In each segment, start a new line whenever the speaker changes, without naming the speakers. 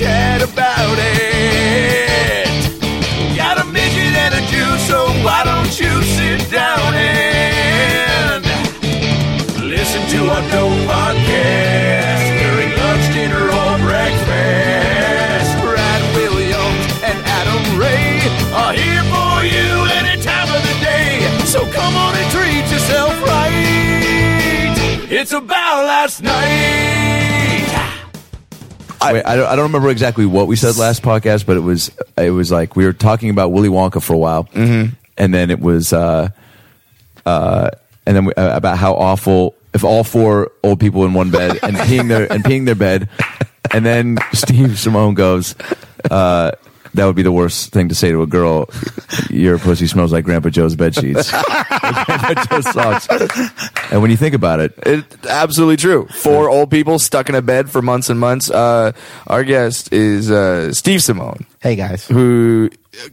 chat about it. Got a midget and a Jew, so why don't you sit down and listen to our dope podcast during lunch, dinner, or breakfast? Brad Williams and Adam Ray are here for you any time of the day, so come on and treat yourself right. It's about last night.
I, Wait, I don't, I don't remember exactly what we said last podcast, but it was it was like we were talking about Willy Wonka for a while, and then it was uh, uh, and then we, uh, about how awful if all four old people in one bed and peeing their and peeing their bed, and then Steve Simone goes. Uh, that would be the worst thing to say to a girl. Your pussy smells like Grandpa Joe's bed sheets. Grandpa Joe's socks. And when you think about it,
It, absolutely true. Four old people stuck in a bed for months and months. Uh, our guest is uh, Steve Simone,
Hey guys.
Mm-hmm. who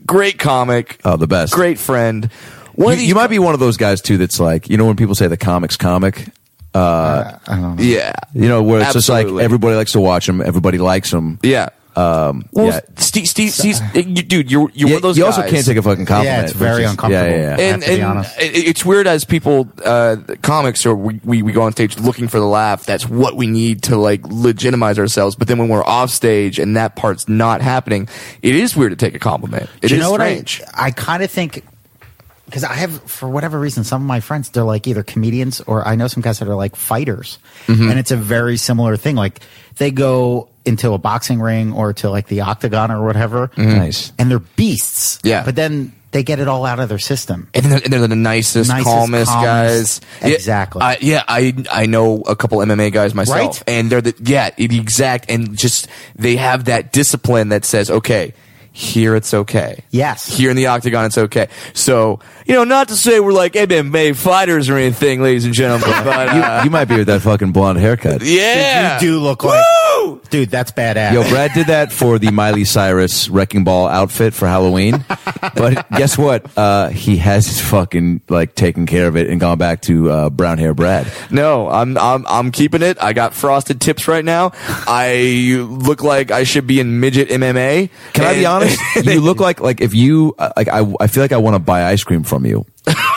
great comic,
oh, the best.
great friend. One
you, you might be one of those guys too that's like you know when people say the comics comic
I don't know.
yeah,
you know where it's just
Absolutely.
like everybody likes to watch him everybody likes him
yeah.
um yeah.
Steve, Steve, Steve, you- dude, you're you're one
Yeah,
of those.
you also
guys.
can't take a fucking compliment
Yeah, it's very
which is-
uncomfortable.
yeah yeah, yeah.
have
and,
to be
and
honest.
it- it's weird as people uh, comics or we, we, we go on stage looking for the laugh that's what we need to like legitimize ourselves but then when we're off stage and that part's not happening it is weird to take a compliment It is
Do you know what
strange
I I kind of think because I have for whatever reason some of my friends they're like either comedians or I know some guys that are like fighters,
Mm-hmm.
and it's a very similar thing. Like they go into a boxing ring or to like the octagon or whatever,
nice
and they're beasts.
Mm-hmm. Yeah.
but then they get it all out of their system.
and they're, and they're the nicest,
Nicest,
calmest,
calmest.
guys.
Exactly.
Yeah, I, yeah, I I know a couple MMA guys myself,
Right?
and they're the yeah, the exact, and just they have that discipline that says, okay, here it's okay.
Yes.
here in the octagon it's okay. So you know, not to say we're like MMA fighters or anything, ladies and gentlemen, but uh,
you, you might be with that fucking blonde haircut
yeah,
Dude, you do look like
Woo!
dude. That's badass.
Yo, Brad did that for the Miley Cyrus wrecking ball outfit for Halloween. But guess what? Uh, he has his fucking like taken care of it and gone back to uh, brown hair Brad.
No, I'm I'm I'm keeping it. I got frosted tips right now. I look like I should be in midget MMA.
Can I be
And-
honest? You look like like if you uh, like I I feel like I want to buy ice cream from you.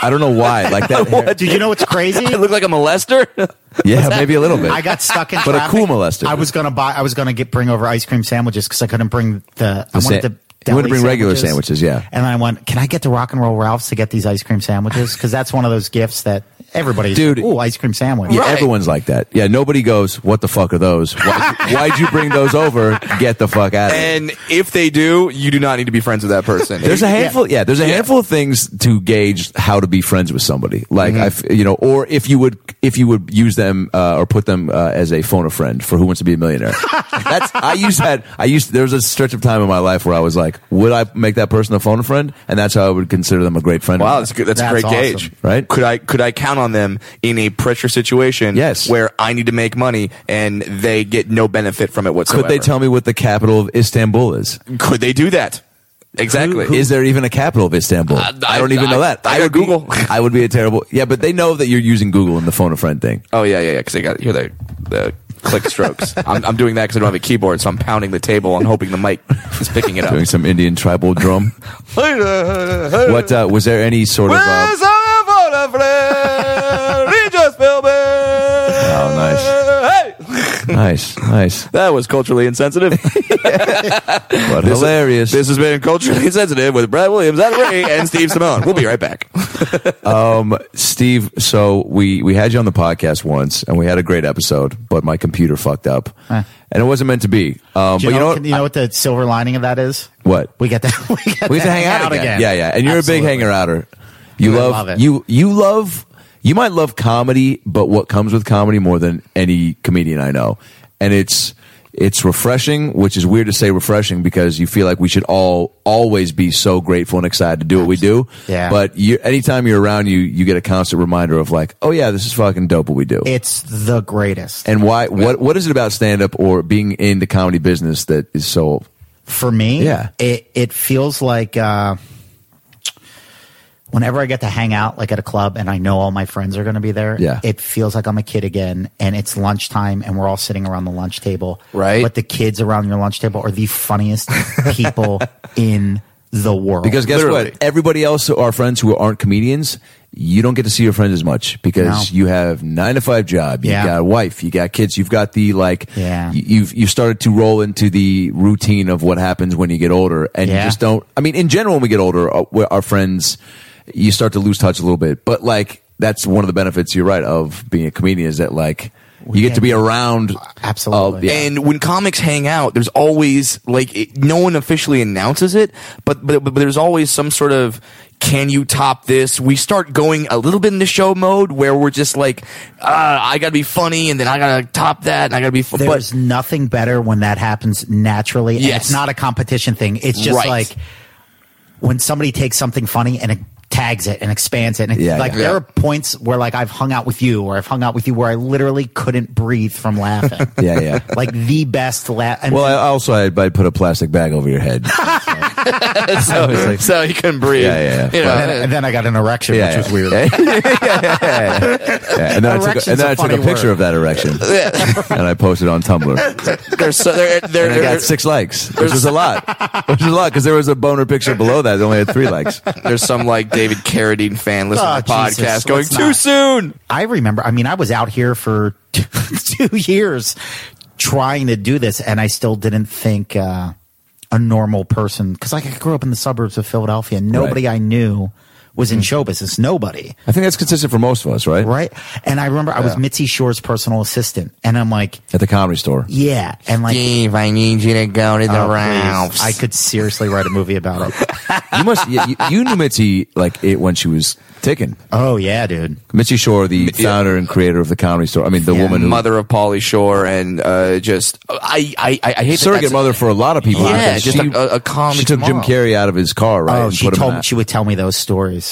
I don't know why. Like that. hair-
Dude, you know what's crazy?
I look like a molester.
Yeah, maybe a little bit.
I got stuck in
But a
traffic.
cool molester.
I was gonna buy. I was gonna get bring over ice cream sandwiches because I couldn't bring the. I
sa-
wanted the.
you wanted to
deli
bring regular sandwiches, yeah.
And I went. Can I get to Rock and Roll Ralph's to get these ice cream sandwiches? Because that's one of those gifts that everybody's.
Dude.
ooh, ice cream sandwich.
Yeah,
Right.
everyone's like that. Yeah, nobody goes, "What the fuck are those? Why'd you, why'd you bring those over? Get the fuck out of here."
And if they do, you do not need to be friends with that person.
There's a handful, yeah. There's a handful of things to gauge how to be friends with somebody. Like,
Mm-hmm.
I f you know, or if you would, if you would use them uh, or put them uh, as a phone a friend for Who Wants to Be a Millionaire. That's I used that. I used there was a stretch of time in my life where I was like, would I make that person a phone a friend? And that's how I would consider them a great friend.
wow, that's good. That's,
That's
a great
awesome.
gauge,
Right.
Could I could I count on them in a pressure situation?
Yes.
where I need to make money and they get no benefit from it
Could
whatsoever.
they tell me what the capital of Istanbul is?
Could they do that? Exactly.
Is there even a capital of Istanbul? I, don't even
Uh, I-
know that.
I
would
got Google.
Be, I would be a terrible. Yeah, but they know that you're using Google in the phone a friend thing.
oh yeah, yeah, yeah. Because I got hear the the click strokes. I'm, I'm doing that because I don't have a keyboard, so I'm pounding the table and hoping the mic is picking it up.
Doing some Indian tribal drum. What uh, was there any sort of? Uh,
Where's our phone a friend? Regis Philbin.
Oh,
Hey!
nice, nice,
That was culturally insensitive.
but hilarious.
this has been Culturally Insensitive with Brad Williams, Adam Ray, and Steve Simone. We'll be right back.
Steve, so we we had you on the podcast once, and we had a great episode, but my computer fucked up, and it wasn't meant to be. Um, but
Do you,
you know,
know,
what?
can- you know what the silver lining of that is?
What?
we get to we get,
we get to hang out, again. Yeah, yeah. And you're a big hanger outer. You
I
love,
love it.
you you love you might love comedy, but what comes with comedy more than any comedian I know, and it's It's refreshing, which is weird to say refreshing because you feel like we should all always be so grateful and excited to do what we do.
Yeah.
But you, anytime you're around you, you get a constant reminder of like, oh yeah, this is fucking dope what we do.
It's the greatest.
and why? What What is it about stand up or being in the comedy business that is so?
For me,
Yeah.
it, it feels like uh, whenever I get to hang out like at a club and I know all my friends are going to be there,
Yeah.
it feels like I'm a kid again and it's lunchtime and we're all sitting around the lunch table.
Right.
But the kids around your lunch table are the funniest people in the world.
Because guess
Literally.
what? Everybody else, who are friends who aren't comedians, you don't get to see your friends as much because
No.
you have nine to five job, you
Yeah.
got a wife, you got kids, you've got the like,
Yeah.
y- you've you've started to roll into the routine of what happens when you get older, and you
Yeah.
just don't. I mean, in general, when we get older, our, we- our friends, you start to lose touch a little bit, but like that's one of the benefits. You're right of being a comedian is that like. You get to be around.
Absolutely.
uh, yeah.
And when comics hang out, there's always like it, no one officially announces it, but, but but there's always some sort of can you top this? We start going a little bit into show mode where we're just like, uh, I gotta be funny, and then I gotta top that, and I gotta be. Fu-
There's
but
nothing better when that happens naturally. and
Yes.
it's not a competition thing. It's just
Right.
like when somebody takes something funny and it tags it and expands it. And it,
Yeah,
like
yeah.
there are points where like I've hung out with you or I've hung out with you where I literally couldn't breathe from laughing.
Yeah, yeah.
Like the best laugh.
Well, I also I, I put a plastic bag over your head. I was like-
so you couldn't breathe.
Yeah, yeah, yeah.
You know,
and, then, and then I got an erection, which was weird.
yeah, yeah, yeah, yeah. And then I took a, and
Erection's
then
a
I took a
funny
picture
word.
of that erection and I posted on Tumblr.
there's so there there-
And I
there-
got six likes, which is a lot. Which is a lot because there was a boner picture below that. It only had three likes.
there's some like David Carradine fan listening
Ah,
Oh,
to the podcast
Jesus,
going
let's
too
not."
soon.
I remember, I mean, I was out here for two years trying to do this, and I still didn't think uh, a normal person, because like, I grew up in the suburbs of Philadelphia, and nobody
Right. Mm.
I knew was in show business. Nobody,
I think that's consistent for most of us, right?
right? And I remember I was Mitzi Shore's personal assistant, and I'm like,
At the comedy store.
yeah. And like,
Steve, I need you to go to the
oh, please.
Ralphs.
I could seriously write a movie about it.
You must. You, you knew Mitzi like it when she was taken.
oh, yeah, dude.
Mitzi Shore, the founder and creator of the comedy store. I mean, the woman, who,
mother of Pauly Shore, and uh, just I I I, I hate that
surrogate
that's-
mother for a lot of people.
Yeah,
because
just a- a- a comic
She took Jim
mom.
Carrey out of his car, right?
Oh,
and
she
put him in
told
that. Uh,
she would tell me those stories.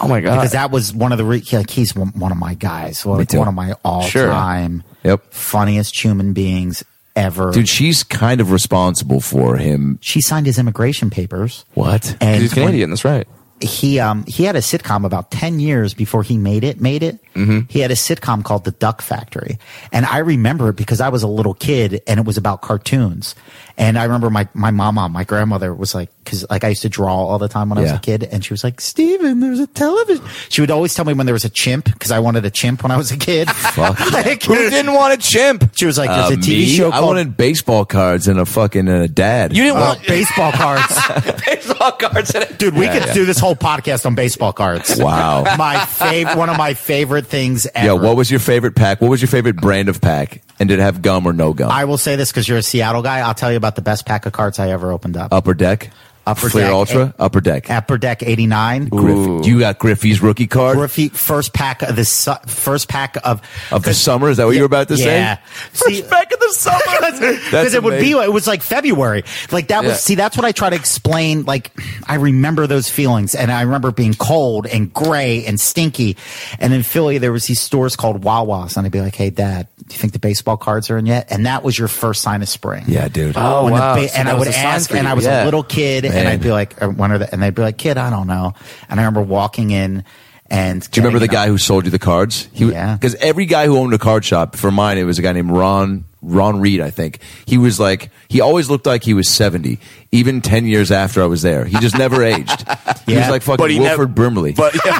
Oh my god!
because that was one of the re- yeah, like he's one, one of my guys, well, like
too.
one of my all time
Yep.
funniest human beings ever.
Dude, she's kind of responsible for him.
she signed his immigration papers.
What?
And
he's Canadian. That's right.
when He um he had a sitcom about ten years before he made it. Made it.
Mm-hmm.
He had a sitcom called The Duck Factory, and I remember it because I was a little kid, and it was about cartoons. And I remember my my mama, my grandmother was like, because like I used to draw all the time when I was
Yeah.
a kid, and she was like, Steven, there's a television. She would always tell me when there was a chimp because I wanted a chimp when I was a kid. Like,
Who didn't want a chimp?
She was like,
Uh,
"There's a TV
me?
show
I
called
wanted baseball cards and a fucking and a dad.
You didn't
Oh,
want
baseball cards,
baseball cards in it.
dude. We could do this whole podcast on baseball cards.
Wow.
my favorite, one of my favorite things ever.
yeah. What was your favorite pack? What was your favorite brand of pack? And did it have gum or no gum?
I will say this because you're a Seattle guy. I'll tell you about the best pack of cards I ever opened up.
upper deck.
Upper
Fleer
Deck,
Ultra.
eh,
upper deck.
Upper Deck '89.
Griff, you got Griffey's rookie card
Griffey, first pack of the su- first pack of
of the summer. Is that what you were about to
yeah.
say?
See,
Back in the summer.
because it would be it was like February. Like that was
Yeah.
see that's what I try to explain. Like I remember those feelings, and I remember being cold and gray and stinky. And in Philly, there was these stores called Wawa's, and I'd be like, "Hey, Dad, do you think the baseball cards are in yet?" And that was your first sign of spring.
Yeah, dude.
Oh,
When the
wow.
ba-
So
and
that
I
was
would
a sign
ask,
for
and
you.
I was
Yeah.
a little kid,
Man.
and I'd be like, "Uh, "When are the?" And they'd be like, "Kid, I don't know." And I remember walking in, and
Do you remember the guy who sold you the cards? He
Yeah.
Because every guy who owned a card shop, for mine, it was a guy named Ron Ron Reed, I think. He was like he always looked like he was seventy, even ten years after I was there. He just never aged. He was
Yeah.
like fucking
But he
Wilford
nev-
Brimley.
But yeah.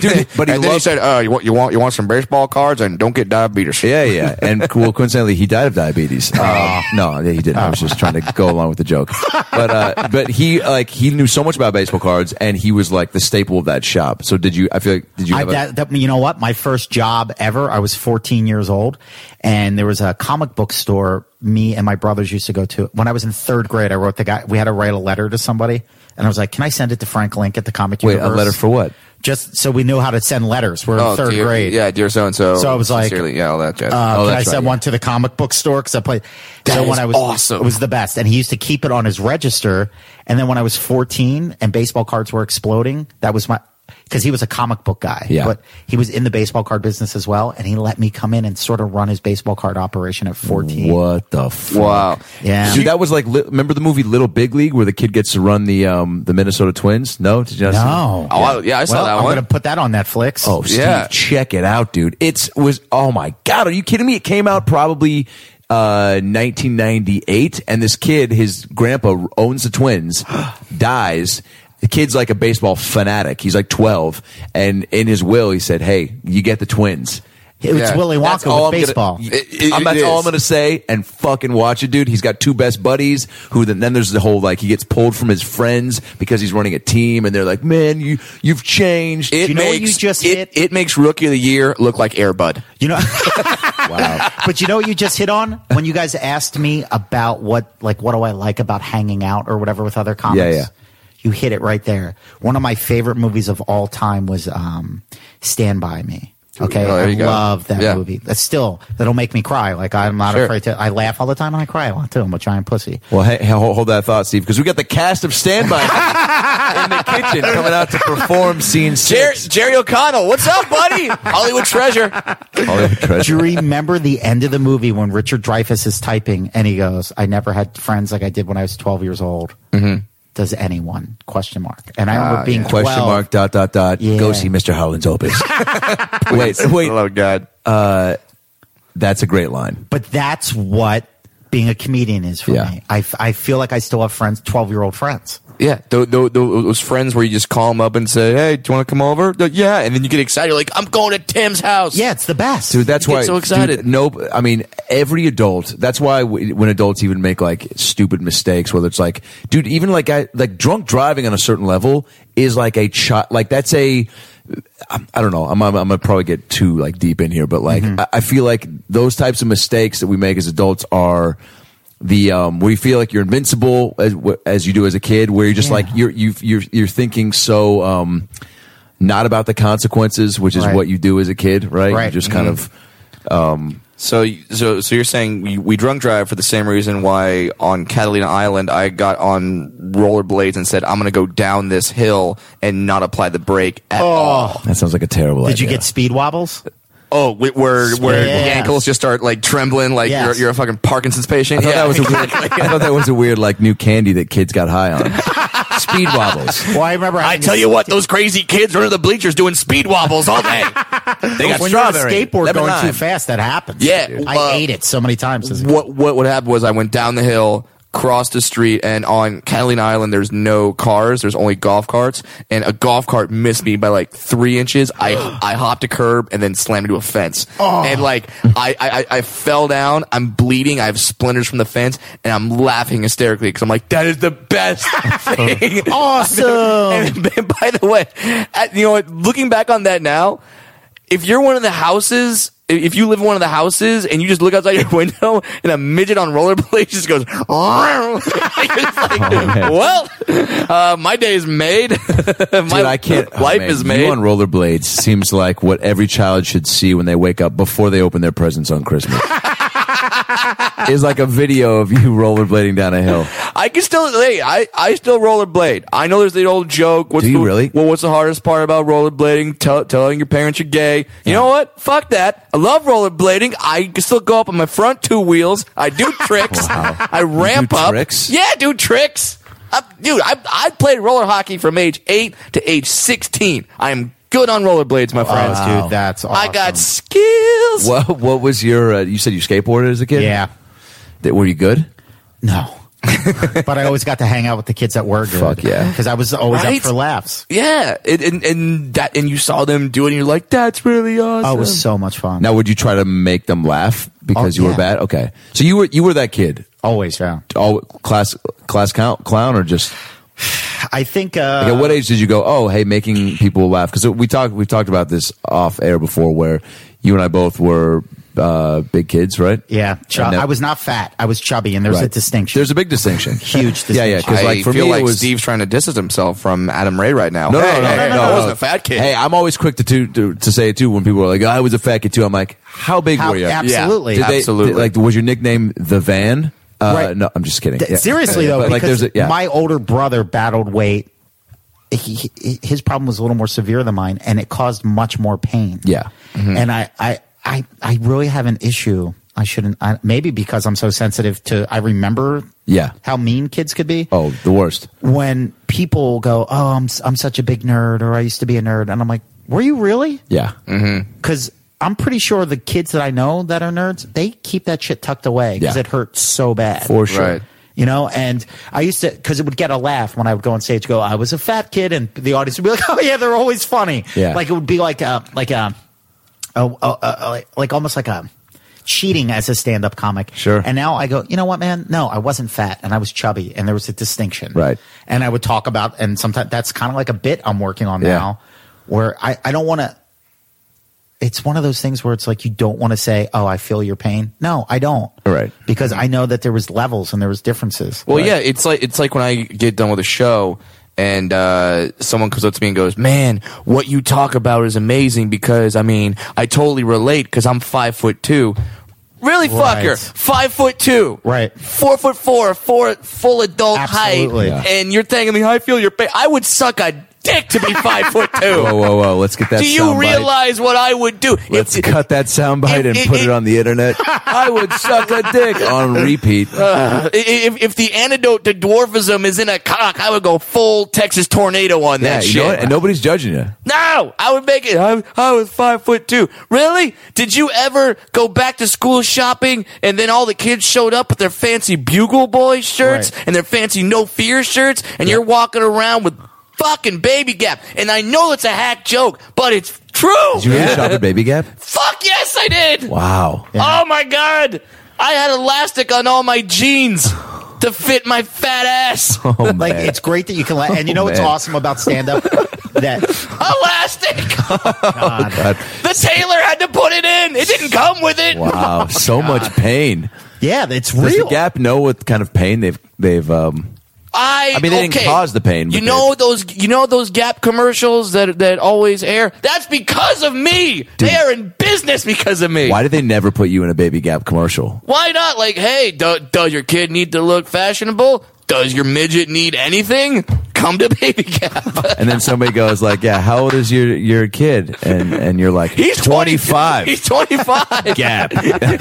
dude, but he
and then he
loved.
said, "Uh, you want you want you want some baseball cards and don't get diabetes."
yeah, yeah, and well, coincidentally, he died of diabetes. Um, no, he didn't. I was just trying to go along with the joke. But uh, but he like he knew so much about baseball cards, and he was like the staple of that shop. So did you? I feel like did you
I,
have a,
that, that, you know what? My first job ever, I was 14 years old, and there was a comic book store me and my brothers used to go to. When I was in third grade, I wrote the guy, we had to write a letter to somebody, and I was like, Can I send it to Frank Link at the Comic
wait a
Universe?
letter for Oh, what?
just so we knew how to send letters. We're in third
Oh, dear,
grade.
Yeah, dear so and so.
So I was like,
sincerely, yeah, all that jazz.
Uh,
Oh,
can I
that's
send
right,
one to the comic book store because I played.
That
so when
is
I was
awesome.
it was the best, and he used to keep it on his register. And then when I was fourteen and baseball cards were exploding, that was my because he was a comic book guy.
Yeah.
but he was in the baseball card business as well, and he let me come in and sort of run his baseball card operation at fourteen.
What the fuck?
wow.
Yeah.
Dude, that was like. Li- remember the movie Little Big League, where the kid gets to run the um the Minnesota Twins? No, did you not see
No.
Oh, I- yeah, I saw
well,
that
I'm
one.
gonna put that on Netflix.
Oh, Steve,
Yeah.
check it out, dude. It's was oh my god, are you kidding me? It came out probably uh 1998 and this kid his grandpa owns the twins dies the kid's like a baseball fanatic he's like 12 and in his will he said hey you get the twins
it's
yeah.
Willy
that's
Wonka
all
with
I'm
baseball.
Gonna,
It- it-
I'm-
it
that's all
is.
I'm gonna say, and fucking watch it, dude. He's got two best buddies who then, then there's the whole like he gets pulled from his friends because he's running a team, and they're like, "Man, you you've changed."
It
you know what
makes
you just
it,
hit?
it makes rookie of the year look like Airbud.
you know.
wow,
but you know what you just hit on when you guys asked me about what like what do I like about hanging out or whatever with other comics.
Yeah, yeah.
You hit it right there. One of my favorite movies of all time was um, Stand by Me. Okay,
Oh, there
I
you go.
love that
Yeah.
movie. That's still that'll make me cry. Like I'm not
Sure.
afraid to. I laugh all the time and I cry a lot too. I'm a giant pussy.
Well, hey, hey, hold, hold that thought, Steve, because we got the cast of Standby in the kitchen coming out to perform scene
Jer-
six.
Jerry O'Connell, what's up, buddy? Hollywood treasure.
Hollywood
Do you
treasure.
remember the end of the movie when Richard Dreyfuss is typing and he goes, "I never had friends like I did when I was 12 years old." Mm-hmm. Does anyone? Question mark. And I
Ah,
remember being
Question
12.
mark dot dot dot.
Yeah.
Go see Mr. Howland's opus. wait, wait.
Oh God.
That's a great line.
But that's what being a comedian is for
Yeah.
me. I, f- I feel like I still have friends, 12 year old friends.
Yeah, tho- tho- tho- those friends where you just call them up and say, "Hey, do you want to come over?" They're, Yeah, and then you get excited. You're like, "I'm going to Tim's house."
Yeah, it's the best.
Dude, that's
You get
why.
so excited.
dude, no, I mean every adult. That's why w- when adults even make like stupid mistakes, whether it's like, dude, even like I like drunk driving on a certain level is like a child. Like that's a. I'm- I don't know. I'm, I'm, I'm gonna probably get too like deep in here, but like
Mm-hmm.
I, I feel like those types of mistakes that we make as adults are the um where you feel like you're invincible as wh- as you do as a kid, where you're just
Yeah.
like you're you you're you're thinking so um not about the consequences, which is
Right.
what you do as a kid, right? You
Right.
just kind
Mm-hmm.
of
So, y- so, so you're saying we, we drunk drive for the same reason why on Catalina Island I got on rollerblades and said I'm going to go down this hill and not apply the brake
Oh.
at all.
That sounds like a terrible
Did
idea.
you get speed wobbles?
Oh, wh- where where
Yeah.
the ankles just start like trembling, like
Yes.
you're, you're a fucking Parkinson's
I
patient.
thought
Yeah.
that was a weird. I thought that was a weird like new candy that kids got high on. Speed wobbles.
Well, I remember
I
having
tell
a-
you what, those crazy kids are under the bleachers doing speed wobbles all day.
They got
when you're on a
strawberry.
skateboard going
lemonade.
too fast, that happens.
Yeah,
I
uh,
ate it so many times. as a-
what what would happen was I went down the hill, crossed the street, and on Catalina Island there's no cars, there's only golf carts, and a golf cart missed me by like three inches. I I hopped a curb and then slammed into a fence, and like I, I I- I fell down. I'm bleeding. I have splinters from the fence, and I'm laughing hysterically because I'm like, that is the best thing.
Oh, Awesome.
And by the way, at- you know what? Looking back on that now, if you're one of the houses, if you live in one of the houses and you just look outside your window and a midget on rollerblades just goes, "Roar." You're just like,
Oh,
well, uh, my day is made. my
Dude, I can't. oh,
life
man,
is made.
You on rollerblades seems like what every child should see when they wake up before they open their presents on Christmas. Is like a video of you rollerblading down a hill.
I can still, hey, I, I still rollerblade. I know there's the old joke. What's
Do you
the,
really?
Well, what's the hardest part about rollerblading? Tell, telling your parents you're gay. You know what? Fuck that. I love rollerblading. I can still go up on my front two wheels. I do tricks. I ramp
do
up.
tricks?
Yeah, I do tricks. I, dude, I, I played roller hockey from age eight to age 16. I am good on rollerblades, my friends.
Oh, Dude, that's awesome.
I got skills.
What What was your? Uh, you said you skateboarded as a kid.
Yeah.
That- were you good?
No. but I always got to hang out with the kids at work.
Fuck yeah.
Because I was always
Right?
up for laughs.
Yeah, and, and and that and you saw them do it, and you're like, "That's really awesome."
Oh, it was so much fun.
Now, would you try to make them laugh because
Oh,
you were
yeah.
bad? Okay, so you were you were that kid,
Always, yeah.
all class class count, clown, or just
I think. Uh,
Like, at what age did you go? Oh, hey, making people laugh because we talked we talked about this off air before, where you and I both were uh, big kids, right?
Yeah, chub-
And that-
I was not fat. I was chubby, and there's a
right.
distinction.
There's a big distinction.
huge distinction.
Yeah, yeah, 'cause,
I
like, for
feel
me, it
like
was-
Steve's trying to distance himself from Adam Ray right now.
No,
Hey,
no, no,
hey,
no,
hey,
no,
I
no.
wasn't a fat kid.
Hey, I'm always quick to, to to to say it too when people are like, "Oh, "I was a fat kid too." I'm like, "How big
How-
were you?"
abs- absolutely.
Did they-
absolutely.
did- like, was your nickname the Van? Uh,
Right.
No, I'm just kidding.
Th-
Yeah.
Seriously
Yeah,
though,
but, like,
because
there's a, yeah.
my older brother battled weight. He, he, his problem was a little more severe than mine, and it caused much more pain.
Yeah. Mm-hmm.
and I, I, I, I really have an issue. I shouldn't. I, maybe because I'm so sensitive to. I remember.
Yeah.
how mean kids could be.
oh, the worst.
when people go, "Oh, I'm s- I'm such a big nerd," or "I used to be a nerd," and I'm like, "Were you really?"
Yeah.
Mm-hmm.
because I'm pretty sure the kids that I know that are nerds, they keep that shit tucked away because
Yeah.
it hurts so bad.
For sure.
Right.
You know, and I used to, because it would get a laugh when I would go on stage, go, I was a fat kid, and the audience would be like, oh, yeah, they're always funny.
Yeah.
Like it would be like a, like uh, oh, a, a, a, a- uh, like almost like a cheating as a stand up comic.
Sure.
And now I go, you know what, man? No, I wasn't fat and I was chubby, and there was a distinction.
Right.
And I would talk about, and sometimes that's kind of like a bit I'm working on
Yeah.
now where I, I don't want to, it's one of those things where it's like you don't want to say, "Oh, I feel your pain." No, I don't.
Right.
Because I know that there was levels and there was differences.
Well,
Right.
yeah, it's like it's like when I get done with a show and uh, someone comes up to me and goes, "Man, what you talk about is amazing." Because I mean, I totally relate because I'm five foot two. Really,
Right.
fucker, five foot two,
Right.
Four foot four, four full adult
Absolutely.
height,
Yeah.
and you're telling me I feel your pain. I would suck a dick to be five foot two.
Whoa, whoa, whoa! Let's get Oh, that.
Do you
soundbite.
realize what I would do?
Let's
It's-
cut that soundbite
it-
and
it-
put it
it-
on the internet. I would suck a dick on repeat.
Uh, if, if the antidote to dwarfism is in a cock, I would go full Texas tornado on
yeah,
that
you
shit.
know what? And nobody's judging you.
no, I would make it. I, I was five foot two. Really? Did you ever go back to school shopping and then all the kids showed up with their fancy bugle boy shirts
Right.
and their fancy no fear shirts, and you're walking around with fucking baby gap? And I know it's a hack joke, but it's true.
Did you really shop at Baby Gap?
Fuck yes, I did.
Wow.
Oh my god! I had elastic on all my jeans to fit my fat ass.
Oh,
like
man. Oh,
it's great that you can laugh. And you know what's
man.
awesome about stand up? that
elastic!
God.
The tailor had to put it in. It didn't come with it.
Wow, so much pain.
yeah, it's
Does
real.
the Gap know what kind of pain they've they've? Um,
I,
I mean, they didn't
okay.
cause the pain,
You
but
know those. You know those Gap commercials that that always air. That's because of me. They are in business because of me.
why did they never put you in a Baby Gap commercial?
Why not? Like, hey, do, does your kid need to look fashionable? Does your midget need anything? Come to Baby Gap.
And then somebody goes like, "Yeah, how old is your your kid?" And and you're like,
He's 20
25."
He's 25.
Gap.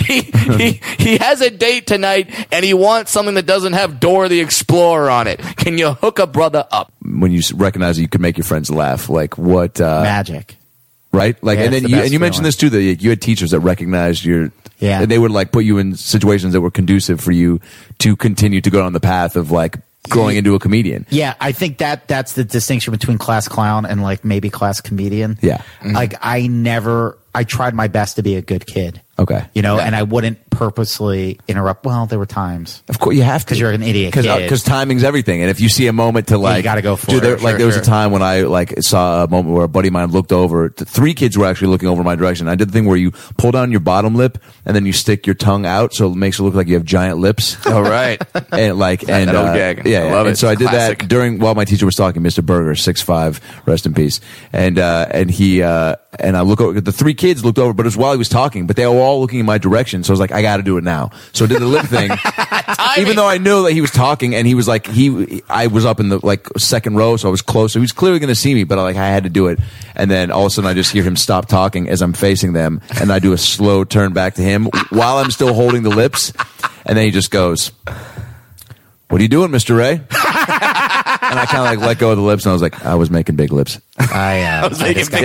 he, he, he has a date tonight and he wants something that doesn't have Dora the Explorer on it. Can you hook a brother up?
when you s- recognize that you can make your friends laugh, like what? Uh,
magic.
right? Like,
Yeah,
and then
it's the
you,
best
and you mentioned
feeling.
this too that like, you had teachers that recognized your,
Yeah.
and they would like put you in situations that were conducive for you to continue to go down the path of like growing into a comedian.
Yeah, I think that that's the distinction between class clown and like maybe class comedian.
Yeah. Mhm.
Like I never I tried my best to be a good kid.
Okay.
You know, and I wouldn't purposely interrupt. Well, there were times.
Of course, you have to
'Cause you're an idiot
Because
kid.
timing's everything, and if you see a moment to like,
gotta go for
dude,
it.
There, like
Sure,
there was a
sure.
time when I like saw a moment where a buddy of mine looked over. th- Three kids were actually looking over my direction. I did the thing where you pull down your bottom lip and then you stick your tongue out, so it makes it look like you have giant lips.
All right.
and like and
that old
uh,
gag.
yeah,
I
yeah.
love
and
it.
so I did
Classic.
that during while my teacher was talking, Mr. Berger, six five, rest in peace. And uh, and he uh, and I look over the three kids looked over, but it was while he was talking, but they were all looking in my direction. So I was like, I got to do it now. So I did the lip thing, even though I knew that he was talking, and he was like he I was up in the like second row, so I was close, so he was clearly going to see me, but like I had to do it. And then all of a sudden, I just hear him stop talking as I'm facing them, and I do a slow turn back to him while I'm still holding the lips, and then he just goes. What are you doing, Mr. Ray? and I kind of like let go of the lips, and I was like, I was making big lips.
I, uh,
yeah,